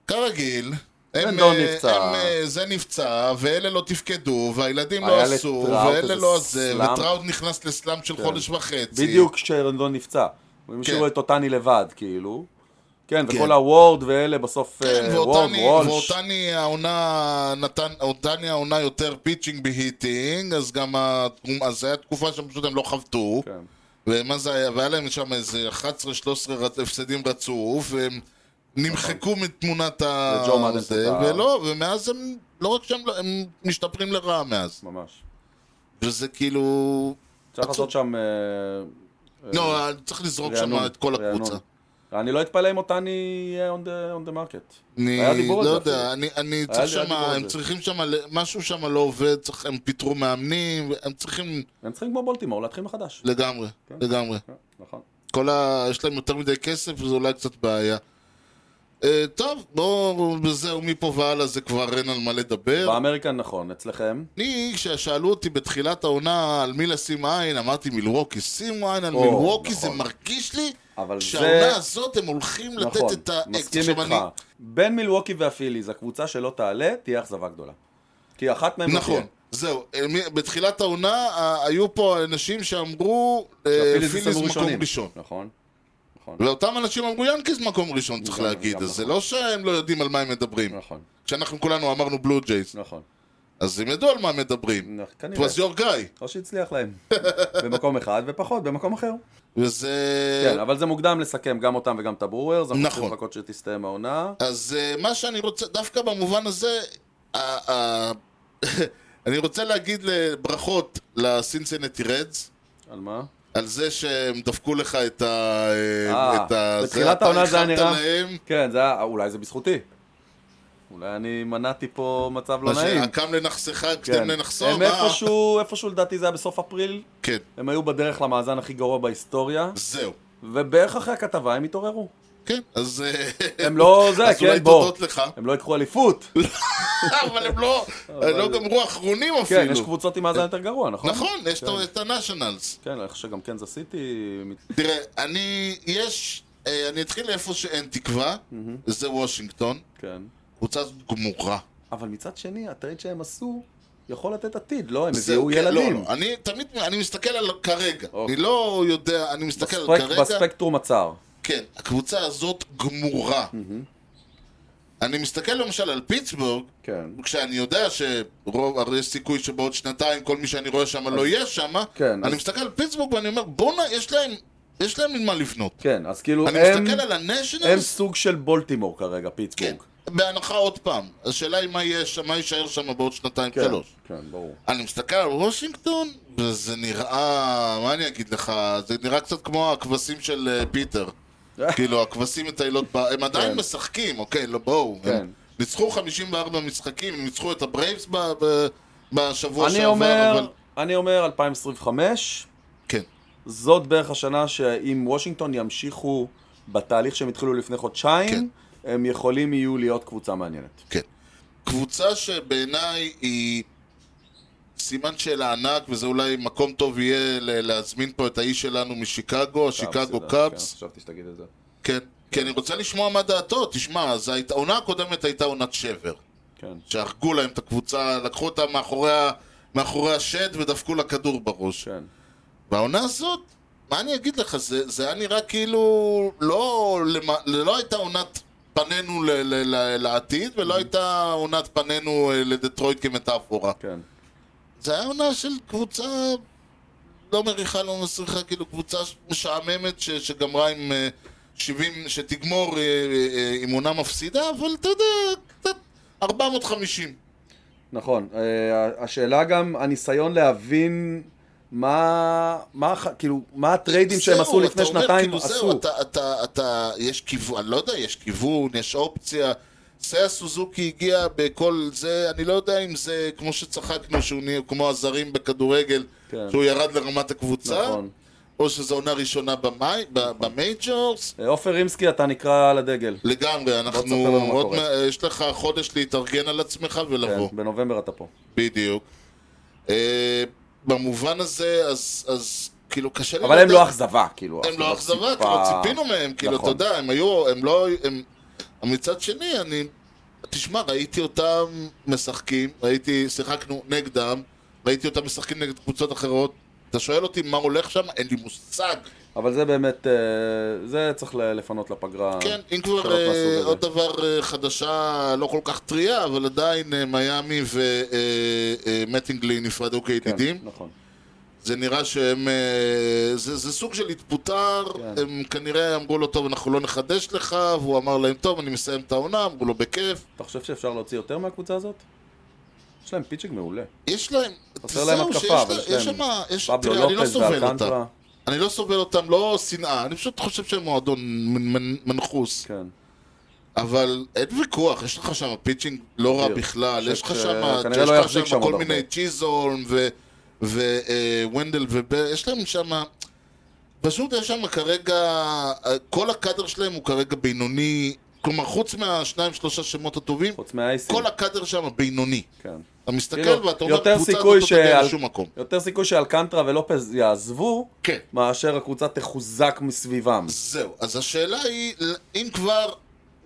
[SPEAKER 1] כרגיל, הם,
[SPEAKER 2] רנדון
[SPEAKER 1] אה,
[SPEAKER 2] לא נפצע.
[SPEAKER 1] הם, אה, זה נפצע, ואלה לא תפקדו, והילדים
[SPEAKER 2] היה
[SPEAKER 1] לא עשו,
[SPEAKER 2] לטראוט
[SPEAKER 1] ואלה
[SPEAKER 2] איזה
[SPEAKER 1] לא זה,
[SPEAKER 2] סלאם.
[SPEAKER 1] וטראוט נכנס לסלאם של חודש וחצי.
[SPEAKER 2] בדיוק כשרנדון נפצע. הם השאירו את אותני לבד, כאילו. כן,
[SPEAKER 1] כן.
[SPEAKER 2] וכל הוורד ואלה בסוף,
[SPEAKER 1] כן,
[SPEAKER 2] אה, וורד,
[SPEAKER 1] ואותני-
[SPEAKER 2] וולש.
[SPEAKER 1] ואותני העונה נתן, אותני העונה יותר פיצ'ינג בהיטינג, אז גם התחום, אז הייתה תקופה שהם פשוט הם לא חבטו.
[SPEAKER 2] כן.
[SPEAKER 1] ומה זה היה, והיה להם שם איזה 11-13 רצ- הפסדים רצוף, והם נמחקו מתמונת ה...
[SPEAKER 2] נכון. וג'ו מאדן
[SPEAKER 1] זה,
[SPEAKER 2] תודה.
[SPEAKER 1] ולא, ומאז הם, לא רק שהם, לא- הם משתפרים לרעה מאז.
[SPEAKER 2] ממש.
[SPEAKER 1] וזה כאילו...
[SPEAKER 2] צריך לעשות שם... אה,
[SPEAKER 1] לא, צריך לזרוק שם
[SPEAKER 2] רענון,
[SPEAKER 1] את כל
[SPEAKER 2] רענון.
[SPEAKER 1] הקבוצה.
[SPEAKER 2] אני לא אתפלא אם אותני יהיה on the- on the market. היה
[SPEAKER 1] אני
[SPEAKER 2] דיבור על
[SPEAKER 1] לא
[SPEAKER 2] זה
[SPEAKER 1] יודע,
[SPEAKER 2] אפילו.
[SPEAKER 1] אני, אני
[SPEAKER 2] היה
[SPEAKER 1] צריך
[SPEAKER 2] דיבור
[SPEAKER 1] שם,
[SPEAKER 2] על
[SPEAKER 1] הם
[SPEAKER 2] זה.
[SPEAKER 1] צריכים שם, משהו שם לא עובד, צריך, הם פיטרו מאמנים, הם צריכים
[SPEAKER 2] הם צריכים כמו בולטימור להתחיל מחדש.
[SPEAKER 1] לגמרי, לגמרי.
[SPEAKER 2] כן, נכון.
[SPEAKER 1] כל ה... יש להם יותר מדי כסף, וזה אולי קצת בעיה. אה, טוב, בואו, וזהו, מפה והלאה זה כבר אין על מה לדבר.
[SPEAKER 2] באמריקן נכון, אצלכם.
[SPEAKER 1] אני, כששאלו אותי בתחילת העונה על מי לשים עין, אמרתי מילווקי, שימו עין על
[SPEAKER 2] או,
[SPEAKER 1] מילווקי, זה
[SPEAKER 2] נכון.
[SPEAKER 1] מרגיש לי
[SPEAKER 2] אבל זה-
[SPEAKER 1] שהעונה הזאת הם הולכים לתת
[SPEAKER 2] נכון,
[SPEAKER 1] את האקס.
[SPEAKER 2] מסכים
[SPEAKER 1] עכשיו,
[SPEAKER 2] איתך.
[SPEAKER 1] אני-
[SPEAKER 2] בין מילווקי והפיליז, הקבוצה שלא תעלה, תהיה אכזבה גדולה. כי אחת מהם לא
[SPEAKER 1] נכון,
[SPEAKER 2] תהיה.
[SPEAKER 1] זהו. אה, מי- בתחילת העונה אה, היו פה אנשים שאמרו, אה,
[SPEAKER 2] שהפיליז
[SPEAKER 1] פיליז
[SPEAKER 2] יסיימו
[SPEAKER 1] מקום
[SPEAKER 2] ראשונים.
[SPEAKER 1] ראשון.
[SPEAKER 2] נכון. נכון.
[SPEAKER 1] ואותם אנשים אמרו ינקיז מקום ראשון, צריך
[SPEAKER 2] נכון,
[SPEAKER 1] להגיד.
[SPEAKER 2] גם
[SPEAKER 1] אז זה
[SPEAKER 2] נכון.
[SPEAKER 1] לא שהם לא יודעים על מה הם מדברים.
[SPEAKER 2] נכון.
[SPEAKER 1] כשאנחנו כולנו אמרנו בלו ג'ייס.
[SPEAKER 2] נכון.
[SPEAKER 1] אז הם ידעו על מה מדברים.
[SPEAKER 2] נ-
[SPEAKER 1] It
[SPEAKER 2] כנראה.
[SPEAKER 1] was your guy.
[SPEAKER 2] או שהצליח להם. במקום אחד ופחות במקום אחר.
[SPEAKER 1] אה. וזה...
[SPEAKER 2] כן, אבל זה מוקדם לסכם גם אותם וגם את הברוורס. אנחנו צריכים
[SPEAKER 1] נכון.
[SPEAKER 2] לחכות שתסתיים העונה.
[SPEAKER 1] אז אה, מה שאני רוצה, דווקא במובן הזה, ה- ה- אני רוצה להגיד ברכות לסינסינטי רדס.
[SPEAKER 2] על מה?
[SPEAKER 1] על זה שהם דפקו לך את ה...
[SPEAKER 2] אה,
[SPEAKER 1] את ה- זה,
[SPEAKER 2] בתחילת
[SPEAKER 1] אתה
[SPEAKER 2] העונה זה היה
[SPEAKER 1] איחרת
[SPEAKER 2] נראה...
[SPEAKER 1] להם,
[SPEAKER 2] כן, זה היה... אולי זה בזכותי. אולי אני מנעתי פה מצב לא נעים.
[SPEAKER 1] הקם לנחסך,
[SPEAKER 2] כן.
[SPEAKER 1] כשאתם לנחסום,
[SPEAKER 2] הם
[SPEAKER 1] אה?
[SPEAKER 2] איפשהו, איפשהו לדעתי זה היה בסוף אפריל,
[SPEAKER 1] כן,
[SPEAKER 2] הם היו בדרך למאזן הכי גרוע בהיסטוריה,
[SPEAKER 1] זהו.
[SPEAKER 2] ובערך אחרי הכתבה הם התעוררו.
[SPEAKER 1] כן, אז... אה,
[SPEAKER 2] הם לא זה,
[SPEAKER 1] אז אולי
[SPEAKER 2] כן, בוא.
[SPEAKER 1] תודות לך.
[SPEAKER 2] הם לא יקחו אליפות.
[SPEAKER 1] אבל הם לא הם לא גמרו אחרונים
[SPEAKER 2] כן, יש
[SPEAKER 1] אפילו.
[SPEAKER 2] קבוצות עם מאזן יותר גרוע, נכון?
[SPEAKER 1] נכון, יש את ה- את הנשיונלס.
[SPEAKER 2] כן, אני חושב שגם קנזס סיטי... מת-
[SPEAKER 1] תראה, אני... יש... אה, אני אתחיל מאיפה שאין תקווה, זה וושינגטון.
[SPEAKER 2] כן.
[SPEAKER 1] קבוצה הזאת גמורה.
[SPEAKER 2] אבל מצד שני, הטרייד שהם עשו יכול לתת עתיד, לא? הם
[SPEAKER 1] זהו,
[SPEAKER 2] הביאו
[SPEAKER 1] כן, לא,
[SPEAKER 2] ילדים.
[SPEAKER 1] לא, אני תמיד, אני מסתכל על כרגע.
[SPEAKER 2] אוקיי.
[SPEAKER 1] אני לא יודע, אני מסתכל על
[SPEAKER 2] בספק-
[SPEAKER 1] כרגע.
[SPEAKER 2] בספקטרום הצר.
[SPEAKER 1] כן, הקבוצה הזאת גמורה.
[SPEAKER 2] Mm-hmm.
[SPEAKER 1] אני מסתכל למשל על פיטסבורג,
[SPEAKER 2] כן.
[SPEAKER 1] כשאני יודע שרוב, הרי יש סיכוי שבעוד שנתיים כל מי שאני רואה שם לא יהיה שם,
[SPEAKER 2] כן,
[SPEAKER 1] אני
[SPEAKER 2] אז-
[SPEAKER 1] מסתל על פיטסבורג ואני אומר, בואנה, יש להם, יש להם ממה לבנות.
[SPEAKER 2] כן, אז כאילו
[SPEAKER 1] אני
[SPEAKER 2] הם...
[SPEAKER 1] מסתכל על
[SPEAKER 2] הם
[SPEAKER 1] הנשיונלס,
[SPEAKER 2] סוג של בולטימור כרגע,
[SPEAKER 1] כן,
[SPEAKER 2] פיטסבורג.
[SPEAKER 1] בהנחה עוד פעם, השאלה היא מה, יהיה, שם- מה יישאר שם בעוד שנתיים,
[SPEAKER 2] כן,
[SPEAKER 1] שלוש.
[SPEAKER 2] כן, ברור.
[SPEAKER 1] אני מסתכל על וושינגטון, וזה נראה, מה אני אגיד לך, זה נראה קצת כמו הכבשים של אה, פיטר. כאילו, הכבשים מטיילות, ב- הם עדיין
[SPEAKER 2] כן.
[SPEAKER 1] משחקים, אוקיי, לא, בואו.
[SPEAKER 2] כן.
[SPEAKER 1] הם ניצחו 54 משחקים, הם ניצחו את הברייבס ב- ב- בשבוע
[SPEAKER 2] אני
[SPEAKER 1] לא שעבר,
[SPEAKER 2] אומר,
[SPEAKER 1] אבל...
[SPEAKER 2] אני אומר 2025,
[SPEAKER 1] כן.
[SPEAKER 2] זאת בערך השנה שאם וושינגטון ימשיכו בתהליך שהם התחילו לפני חודשיים, הם יכולים יהיו להיות קבוצה מעניינת.
[SPEAKER 1] כן. קבוצה שבעיניי היא סימן שאלה ענק, וזה אולי מקום טוב יהיה ל- להזמין פה את האיש שלנו משיקגו, השיקגו
[SPEAKER 2] קאבס, כן,
[SPEAKER 1] קאבס.
[SPEAKER 2] חשבתי שתגיד את זה.
[SPEAKER 1] כן. כי אני רוצה לשמוע מה דעתו, תשמע, אז היית- העונה הקודמת הייתה עונת שבר.
[SPEAKER 2] כן.
[SPEAKER 1] שהרגו להם את הקבוצה, לקחו אותה מאחורי, ה- מאחורי השד ודפקו לה כדור בראש.
[SPEAKER 2] כן.
[SPEAKER 1] והעונה הזאת, מה אני אגיד לך, זה, זה היה נראה כאילו לא, למה, לא הייתה עונת פנינו ל, ל, ל, לעתיד, ולא הייתה עונת פנינו אה, לדטרויט כמטאפורה.
[SPEAKER 2] כן.
[SPEAKER 1] זה היה עונה של קבוצה לא מריחה, לא מסריחה, כאילו קבוצה משעממת ש, שגמרה עם אה, 70, שתגמור אה, אה, עם עונה מפסידה, אבל אתה יודע, קצת 450.
[SPEAKER 2] נכון. אה, השאלה גם, הניסיון להבין מה, מה, הח- כאילו, מה הטריידים שהם
[SPEAKER 1] זהו,
[SPEAKER 2] עשו
[SPEAKER 1] אתה
[SPEAKER 2] לפני
[SPEAKER 1] אומר,
[SPEAKER 2] שנתיים
[SPEAKER 1] כאילו, זהו,
[SPEAKER 2] עשו.
[SPEAKER 1] אתה, אתה, אתה, יש כיוון, אני לא יודע, יש כיוון, יש אופציה. סיה סוזוקי הגיע בכל זה, אני לא יודע אם זה כמו שצחקנו, שהוא נהיה כמו הזרים בכדורגל,
[SPEAKER 2] כן.
[SPEAKER 1] שהוא ירד לרמת הקבוצה,
[SPEAKER 2] נכון.
[SPEAKER 1] או שזו עונה ראשונה במי, ב- במייג'ורס.
[SPEAKER 2] אה, עופר רימסקי, אתה נקרא לדגל.
[SPEAKER 1] לגמרי,
[SPEAKER 2] לא תספר
[SPEAKER 1] אנחנו,
[SPEAKER 2] לנו מה
[SPEAKER 1] עוד
[SPEAKER 2] קורה.
[SPEAKER 1] מע- יש לך חודש להתארגן על עצמך ולבוא.
[SPEAKER 2] כן, בנובמבר אתה פה.
[SPEAKER 1] בדיוק. אה, במובן הזה, אז, אז כאילו קשה לי
[SPEAKER 2] אבל הם
[SPEAKER 1] לדעת.
[SPEAKER 2] לא אכזבה, כאילו.
[SPEAKER 1] הם
[SPEAKER 2] אנחנו
[SPEAKER 1] לא אכזבה, כי
[SPEAKER 2] ציפה-
[SPEAKER 1] לא ציפינו מהם, כאילו, אתה
[SPEAKER 2] נכון.
[SPEAKER 1] יודע, הם היו, הם לא, הם... מצד שני, אני... תשמע, ראיתי אותם משחקים, ראיתי, שיחקנו נגדם, ראיתי אותם משחקים נגד קבוצות אחרות. אתה שואל אותי מה הולך שם? אין לי מושג.
[SPEAKER 2] אבל זה באמת, אה, זה צריך ל- לפנות לפגרה.
[SPEAKER 1] כן, אם
[SPEAKER 2] שאלות
[SPEAKER 1] כבר
[SPEAKER 2] מהסוג
[SPEAKER 1] אה,
[SPEAKER 2] הזה.
[SPEAKER 1] עוד דבר אה, חדשה, לא כל כך טריה, אבל עדיין אה, מיאמי אה, ומטינגלי נפרדו כידידים.
[SPEAKER 2] כן, נכון.
[SPEAKER 1] זה נראה שהם... אה, זה, זה סוג של התפוטר,
[SPEAKER 2] כן.
[SPEAKER 1] הם כנראה אמרו לו, טוב, אנחנו לא נחדש לך, והוא אמר להם, טוב, אני מסיים את העונה, אמרו לו, בכיף.
[SPEAKER 2] אתה חושב שאפשר להוציא יותר מהקבוצה הזאת? יש להם פיצ'יק מעולה.
[SPEAKER 1] יש להם...
[SPEAKER 2] חסר להם
[SPEAKER 1] זהו,
[SPEAKER 2] התקפה,
[SPEAKER 1] שיש
[SPEAKER 2] אבל
[SPEAKER 1] לה-
[SPEAKER 2] יש להם
[SPEAKER 1] יש שמה- יש-
[SPEAKER 2] פבלו
[SPEAKER 1] תראה, אני לא
[SPEAKER 2] לופס
[SPEAKER 1] סובל אותם.
[SPEAKER 2] ואלקנטרה.
[SPEAKER 1] אני לא סובל אותם, לא שנאה, אני פשוט חושב שהם מועדון מנ- מנ- מנחוס.
[SPEAKER 2] כן.
[SPEAKER 1] אבל אין ויכוח, יש לך שם פיצ'ינג לא רע
[SPEAKER 2] בדיוק.
[SPEAKER 1] בכלל,
[SPEAKER 2] חושב
[SPEAKER 1] יש לך
[SPEAKER 2] ש-
[SPEAKER 1] שם,
[SPEAKER 2] כנראה
[SPEAKER 1] יש
[SPEAKER 2] לא
[SPEAKER 1] לך
[SPEAKER 2] יחזיק
[SPEAKER 1] שם
[SPEAKER 2] שם עוד
[SPEAKER 1] כל
[SPEAKER 2] הרבה.
[SPEAKER 1] מיני צ'יזולם וונדל אה, וב... יש להם שם... פשוט יש שם כרגע... אה, כל הקאדר שלהם הוא כרגע בינוני, כלומר, חוץ מהשניים שלושה שמות הטובים,
[SPEAKER 2] חוץ מהאייסים.
[SPEAKER 1] כל הקאדר שם בינוני.
[SPEAKER 2] כן.
[SPEAKER 1] אתה מסתכל
[SPEAKER 2] כאילו,
[SPEAKER 1] ואתה אומר,
[SPEAKER 2] יותר
[SPEAKER 1] הקבוצה
[SPEAKER 2] סיכוי
[SPEAKER 1] הזאת לא תגיע
[SPEAKER 2] שעל-
[SPEAKER 1] לשום מקום.
[SPEAKER 2] יותר סיכוי שאלקנטרה ולופז יעזבו,
[SPEAKER 1] כן.
[SPEAKER 2] מאשר הקבוצה תחוזק מסביבם.
[SPEAKER 1] זהו, אז השאלה היא, אם כבר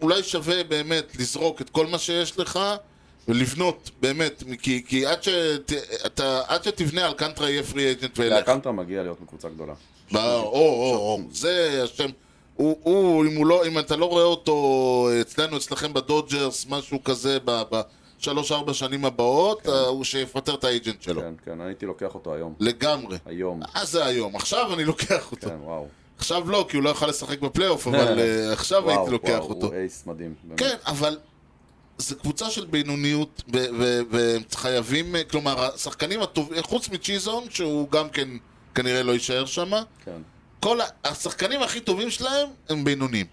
[SPEAKER 1] אולי שווה באמת לזרוק את כל מה שיש לך ולבנות, באמת, כי, כי עד, שת, אתה, עד שתבנה על קנטרה יהיה פרי אג'נט ואילך.
[SPEAKER 2] אלקנטרה מגיע להיות מקבוצה גדולה.
[SPEAKER 1] בא- או, או, או, זה השם. הוא, הוא, אם הוא לא, אם אתה לא רואה אותו אצלנו, אצלכם בדודג'רס, משהו כזה ב- בשלוש-ארבע שנים הבאות, אה, הוא שיפטר את האג'נט שלו.
[SPEAKER 2] כן, כן, הייתי לוקח אותו היום.
[SPEAKER 1] לא. לגמרי.
[SPEAKER 2] היום.
[SPEAKER 1] אז זה היום, עכשיו אני לוקח אותו.
[SPEAKER 2] כן, וואו.
[SPEAKER 1] עכשיו לא, כי הוא לא יכל לשחק בפלייאוף, אבל אה, עכשיו
[SPEAKER 2] וואו,
[SPEAKER 1] הייתי לוקח
[SPEAKER 2] וואו,
[SPEAKER 1] אותו.
[SPEAKER 2] הוא אייס מדהים. באמת.
[SPEAKER 1] כן, אבל זו קבוצה של בינוניות, ו- ו- והם חייבים, אה, כלומר, השחקנים הטובים, חוץ מצ'יזון, שהוא גם כן כנראה לא יישאר שם,
[SPEAKER 2] כן.
[SPEAKER 1] כל ה- השחקנים הכי טובים שלהם הם בינוניים.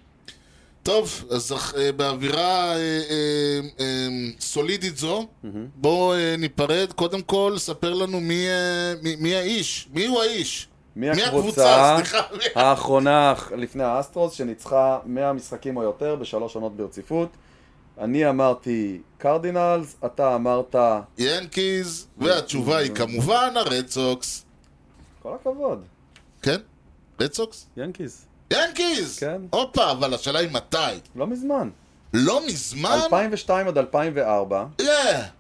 [SPEAKER 1] טוב, אז אח- אה, באווירה אה, אה, אה, סולידית זו, בואו אה, ניפרד. קודם כל, ספר לנו מי, אה, מי, מי האיש, מי הוא האיש?
[SPEAKER 2] מי
[SPEAKER 1] הקבוצה?
[SPEAKER 2] הקבוצה
[SPEAKER 1] סליחה, מי-
[SPEAKER 2] האחרונה לפני האסטרוס שניצחה 100 משחקים או יותר בשלוש עונות ברציפות. אני אמרתי קרדינלס, אתה אמרת...
[SPEAKER 1] ינקיז, והתשובה היא כמובן הרד סוקס.
[SPEAKER 2] כל הכבוד,
[SPEAKER 1] כן? רד סוקס?
[SPEAKER 2] ינקיז,
[SPEAKER 1] ינקיז!
[SPEAKER 2] כן.
[SPEAKER 1] הופה, אבל השאלה היא מתי.
[SPEAKER 2] לא מזמן.
[SPEAKER 1] לא מזמן?
[SPEAKER 2] 2002 עד 2004,
[SPEAKER 1] לא.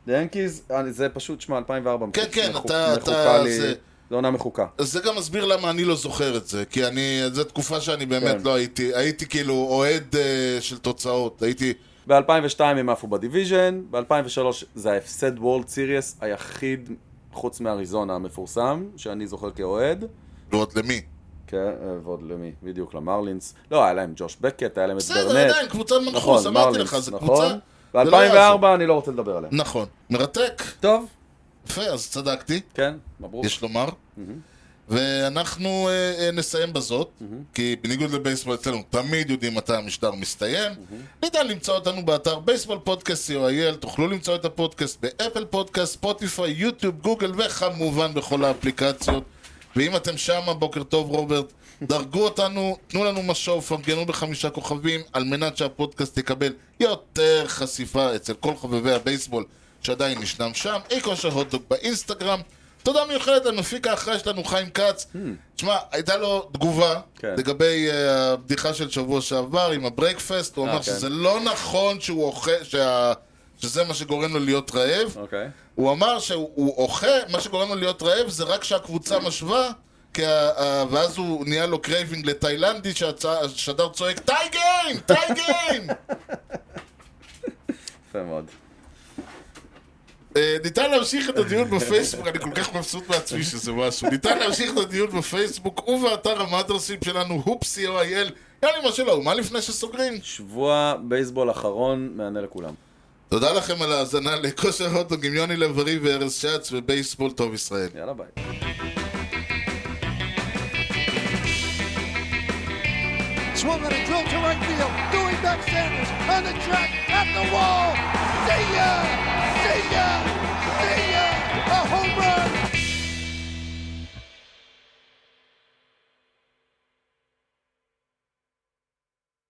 [SPEAKER 2] ינקיז, אה, זה פשוט, שמע, 2004
[SPEAKER 1] כן, כן,
[SPEAKER 2] מחוק-
[SPEAKER 1] אתה-
[SPEAKER 2] מחוקה
[SPEAKER 1] אתה-
[SPEAKER 2] לי,
[SPEAKER 1] זה-
[SPEAKER 2] זו עונה מחוקה.
[SPEAKER 1] אז זה גם מסביר למה אני לא זוכר את זה, כי אני, זו תקופה שאני באמת
[SPEAKER 2] כן.
[SPEAKER 1] לא הייתי, הייתי כאילו אוהד אה, של תוצאות, הייתי,
[SPEAKER 2] ב-2002 הם עפו בדיוויז'ן, ב-2003 זה ההפסד וולד סיריוס היחיד חוץ מאריזונה המפורסם, שאני זוכר כאוהד.
[SPEAKER 1] ועוד למי?
[SPEAKER 2] כן, אה, ועוד למי? בדיוק, למרלינס. לא, היה להם ג'וש בקט, היה להם את ברנט. נכון,
[SPEAKER 1] בסדר, עדיין, קבוצה מנחוס, אמרתי
[SPEAKER 2] מרלינס,
[SPEAKER 1] לך, זו
[SPEAKER 2] נכון.
[SPEAKER 1] קבוצה לא
[SPEAKER 2] ב-2004 אני לא רוצה לדבר עליהם.
[SPEAKER 1] נכון. מרתק.
[SPEAKER 2] טוב,
[SPEAKER 1] יפה, אז צדקתי,
[SPEAKER 2] כן, מברוק.
[SPEAKER 1] יש לומר. ואנחנו אה, אה, נסיים בזאת, כי בניגוד לבייסבול אצלנו תמיד יודעים מתי המשדר מסתיים. ניתן למצוא אותנו באתר בייסבול פודקאסט co.il, תוכלו למצוא את הפודקאסט באפל פודקאסט, ספוטיפיי, יוטיוב, גוגל וכמובן בכל האפליקציות. ואם אתם שמה, בוקר טוב רוברט, דרגו אותנו, תנו לנו משוב, פרגנו בחמישה כוכבים, על מנת שהפודקאסט יקבל יותר חשיפה אצל כל חובבי הבייסבול שעדיין ישנם שם, אי כושר הוטדוק באינסטגרם. תודה מיוחדת למפיק האחראי שלנו, חיים כץ. תשמע, הייתה לו תגובה
[SPEAKER 2] Hmm. כן.
[SPEAKER 1] לגבי אה, הבדיחה של שבוע שעבר עם הברקפסט, הוא
[SPEAKER 2] אה,
[SPEAKER 1] אמר
[SPEAKER 2] כן.
[SPEAKER 1] שזה לא נכון שהוא אוכל, שה- שזה מה שגורם לו להיות רעב.
[SPEAKER 2] אוקיי.
[SPEAKER 1] הוא אמר שהוא הוא אוכל, מה שגורם לו להיות רעב זה רק שהקבוצה משווה, כי ה- ה- ואז הוא נהיה לו קרייבינג לתאילנדי, שהשדר צועק טייגיים! טייגיים!
[SPEAKER 2] יפה מאוד.
[SPEAKER 1] אה, ניתן להמשיך את הדיון בפייסבוק, אני כל כך מבסוט מעצמי שזה משהו. ניתן להמשיך את הדיון בפייסבוק ובאתר המאדרסים שלנו, הופסי או אייל. יאללה, מה שלא, מה לפני שסוגרים?
[SPEAKER 2] שבוע בייסבול אחרון, מענה לכולם.
[SPEAKER 1] תודה לכם על ההאזנה לכושר הוטדוג עם יוני לב-ארי וארז שץ ובייסבול טוב ישראל.
[SPEAKER 2] יאללה ביי.
[SPEAKER 6] Swung on a drill to right field. Doing back Sanders on the track at the wall. See ya! See ya! See ya! A home run!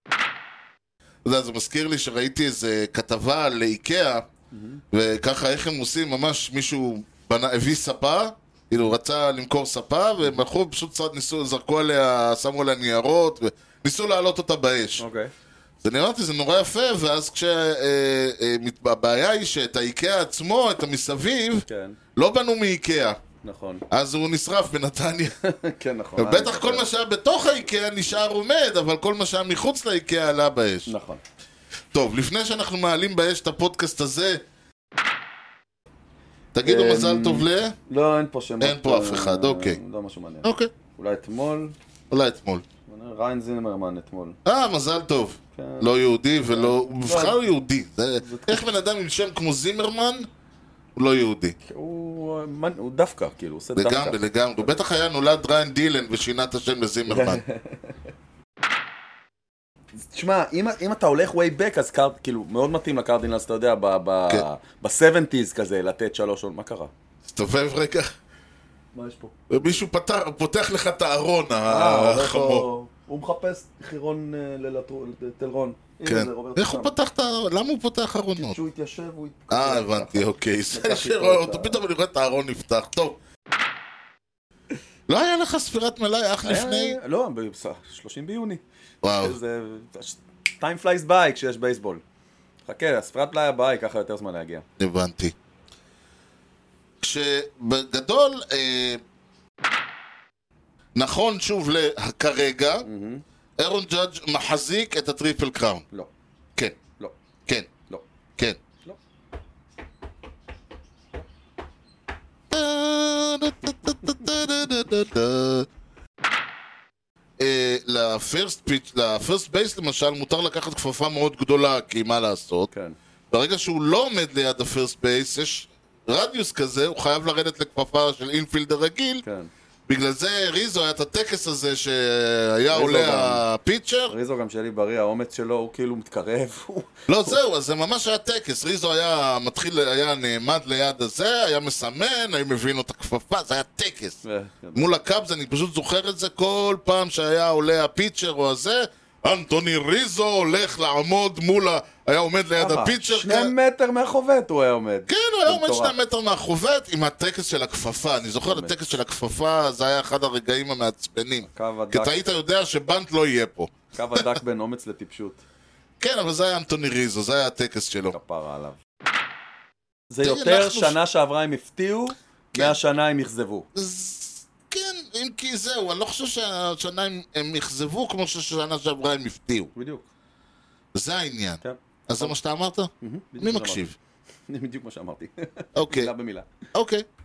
[SPEAKER 1] אתה יודע, זה מזכיר לי שראיתי איזה כתבה על איקאה, וככה איך הם עושים, ממש מישהו בנה, הביא ספה, כאילו רצה למכור ספה, והם הלכו, פשוט צד- ניסו, זרקו עליה, שמו עליה ניירות, וניסו להעלות אותה באש.
[SPEAKER 2] אוקיי.
[SPEAKER 1] זה נראה לי, זה נורא יפה, ואז אה, כשהבעיה היא שאת האיקאה עצמו, את המסביב,
[SPEAKER 2] כן,
[SPEAKER 1] לא בנו מאיקאה.
[SPEAKER 2] נכון.
[SPEAKER 1] אז הוא נשרף בנתניה.
[SPEAKER 2] כן, נכון.
[SPEAKER 1] בטח כל מה שהיה בתוך האיקאה נשאר עומד, אבל כל מה שהיה מחוץ לאיקאה עלה באש.
[SPEAKER 2] נכון.
[SPEAKER 1] טוב, לפני שאנחנו מעלים באש את הפודקאסט הזה, תגידו
[SPEAKER 2] אמ,
[SPEAKER 1] מזל טוב ל...
[SPEAKER 2] לא, אין פה שמות.
[SPEAKER 1] אין פה אף אחד,
[SPEAKER 2] אה,
[SPEAKER 1] אוקיי.
[SPEAKER 2] לא משהו מעניין.
[SPEAKER 1] אוקיי,
[SPEAKER 2] אולי אתמול,
[SPEAKER 1] אולי אתמול.
[SPEAKER 2] ריין זינמרמן אתמול.
[SPEAKER 1] אה, מזל טוב.
[SPEAKER 2] כן.
[SPEAKER 1] לא יהודי ולא... הוא בכלל לא יהודי. זה-
[SPEAKER 2] תקופה.
[SPEAKER 1] איך בן אדם עם שם כמו זימרמן הוא לא יהודי?
[SPEAKER 2] הוא אה, מנ- הוא דווקא, כאילו, הוא עושה דווקא.
[SPEAKER 1] לגמרי, לגמרי. הוא בטח היה נולד ריין דילן ושינה את השם לזימרמן.
[SPEAKER 2] תשמע, אם, אם אתה הולך way back, אז קאר, כאילו, מאוד מתאים לקרדינלס, אתה יודע, ב, ב,
[SPEAKER 1] כן.
[SPEAKER 2] ב-70's כזה, לתת שלוש עונות, מה קרה?
[SPEAKER 1] תסתובב רגע,
[SPEAKER 2] מה יש פה?
[SPEAKER 1] ומישהו פתח- פותח לך את הארון
[SPEAKER 2] אה, הולך
[SPEAKER 1] החמור.
[SPEAKER 2] לו- הוא מחפש חירון אה, ללטרו- לטלרון. הנה
[SPEAKER 1] כן.
[SPEAKER 2] זה, רוברט
[SPEAKER 1] איך הוא
[SPEAKER 2] שם.
[SPEAKER 1] פתח את הארון? למה הוא פותח ארונות?
[SPEAKER 2] כשהוא התיישב, הוא... הת-
[SPEAKER 1] אה, הבנתי, אוקיי. זה שרואה אותו, פתאום אני רואה את הארון נפתח. טוב. לא היה לך ספירת מלאי אך לפני? אה.
[SPEAKER 2] אה, לא, ב- 30 ביוני.
[SPEAKER 1] וואו.
[SPEAKER 2] זה... time flies by כשיש בייסבול. חכה, הספרת פליי הבאה ייקח לך יותר זמן להגיע.
[SPEAKER 1] הבנתי. כשבגדול, אה, נכון שוב לכרגע, אירון ג'אדג' מחזיק את הטריפל קראון.
[SPEAKER 2] לא,
[SPEAKER 1] כן,
[SPEAKER 2] לא,
[SPEAKER 1] כן,
[SPEAKER 2] לא.
[SPEAKER 1] כן.
[SPEAKER 2] לא.
[SPEAKER 1] אה, לפרסט פיץ', לפרסט בייס למשל, מותר לקחת כפפה מאוד גדולה, כי מה לעשות?
[SPEAKER 2] כן.
[SPEAKER 1] ברגע שהוא לא עומד ליד הפרסט בייס, יש רדיוס כזה, הוא חייב לרדת לכפפה של אינפילדר רגיל.
[SPEAKER 2] כן.
[SPEAKER 1] בגלל זה ריזו היה את הטקס הזה שהיה
[SPEAKER 2] ריזו
[SPEAKER 1] עולה
[SPEAKER 2] גם.
[SPEAKER 1] הפיצ'ר.
[SPEAKER 2] ריזו גם שלי בריא, האומץ שלו הוא כאילו מתקרב, הוא...
[SPEAKER 1] לא, זהו, אז זה ממש היה טקס. ריזו היה מתחיל, היה נעמד ליד הזה, היה מסמן, היה מבין לו את הכפפה, זה היה טקס.
[SPEAKER 2] כן,
[SPEAKER 1] מול הקאבס, אני פשוט זוכר את זה כל פעם שהיה עולה הפיצ'ר או הזה. אנטוני ריזו הולך לעמוד מול ה... היה עומד ליד
[SPEAKER 2] כמה?
[SPEAKER 1] הפיצ'ר.
[SPEAKER 2] שני
[SPEAKER 1] כ-
[SPEAKER 2] מטר מהחובט הוא היה עומד.
[SPEAKER 1] כן, הוא היה עומד
[SPEAKER 2] מטורף.
[SPEAKER 1] שני מטר מהחובט עם הטקס של הכפפה. אני זוכר את
[SPEAKER 2] באמת.
[SPEAKER 1] הטקס של הכפפה, זה היה אחד הרגעים המעצבנים.
[SPEAKER 2] הקו
[SPEAKER 1] כי
[SPEAKER 2] הדק,
[SPEAKER 1] אתה היית יודע שבנט לא יהיה פה.
[SPEAKER 2] קו הדק בין אומץ לטיפשות,
[SPEAKER 1] כן, אבל זה היה אנטוני ריזו, זה היה הטקס שלו.
[SPEAKER 2] כפרה עליו. זה
[SPEAKER 1] תראי,
[SPEAKER 2] יותר
[SPEAKER 1] אנחנו- כן.
[SPEAKER 2] שנה שעברה הם הפתיעו, מהשנה הם אכזבו.
[SPEAKER 1] אז כן, אם כי זהו, אני לא חושב שהשנה הם- הם אכזבו כמו ששנה שעברה הם הפתיעו.
[SPEAKER 2] בדיוק.
[SPEAKER 1] זה העניין.
[SPEAKER 2] כן.
[SPEAKER 1] אז זה מה שאתה אמרת?
[SPEAKER 2] בדיוק
[SPEAKER 1] מי
[SPEAKER 2] זה
[SPEAKER 1] מקשיב?
[SPEAKER 2] אמרתי. בדיוק מה שאמרתי.
[SPEAKER 1] אוקיי,
[SPEAKER 2] מילה במילה.
[SPEAKER 1] אוקיי.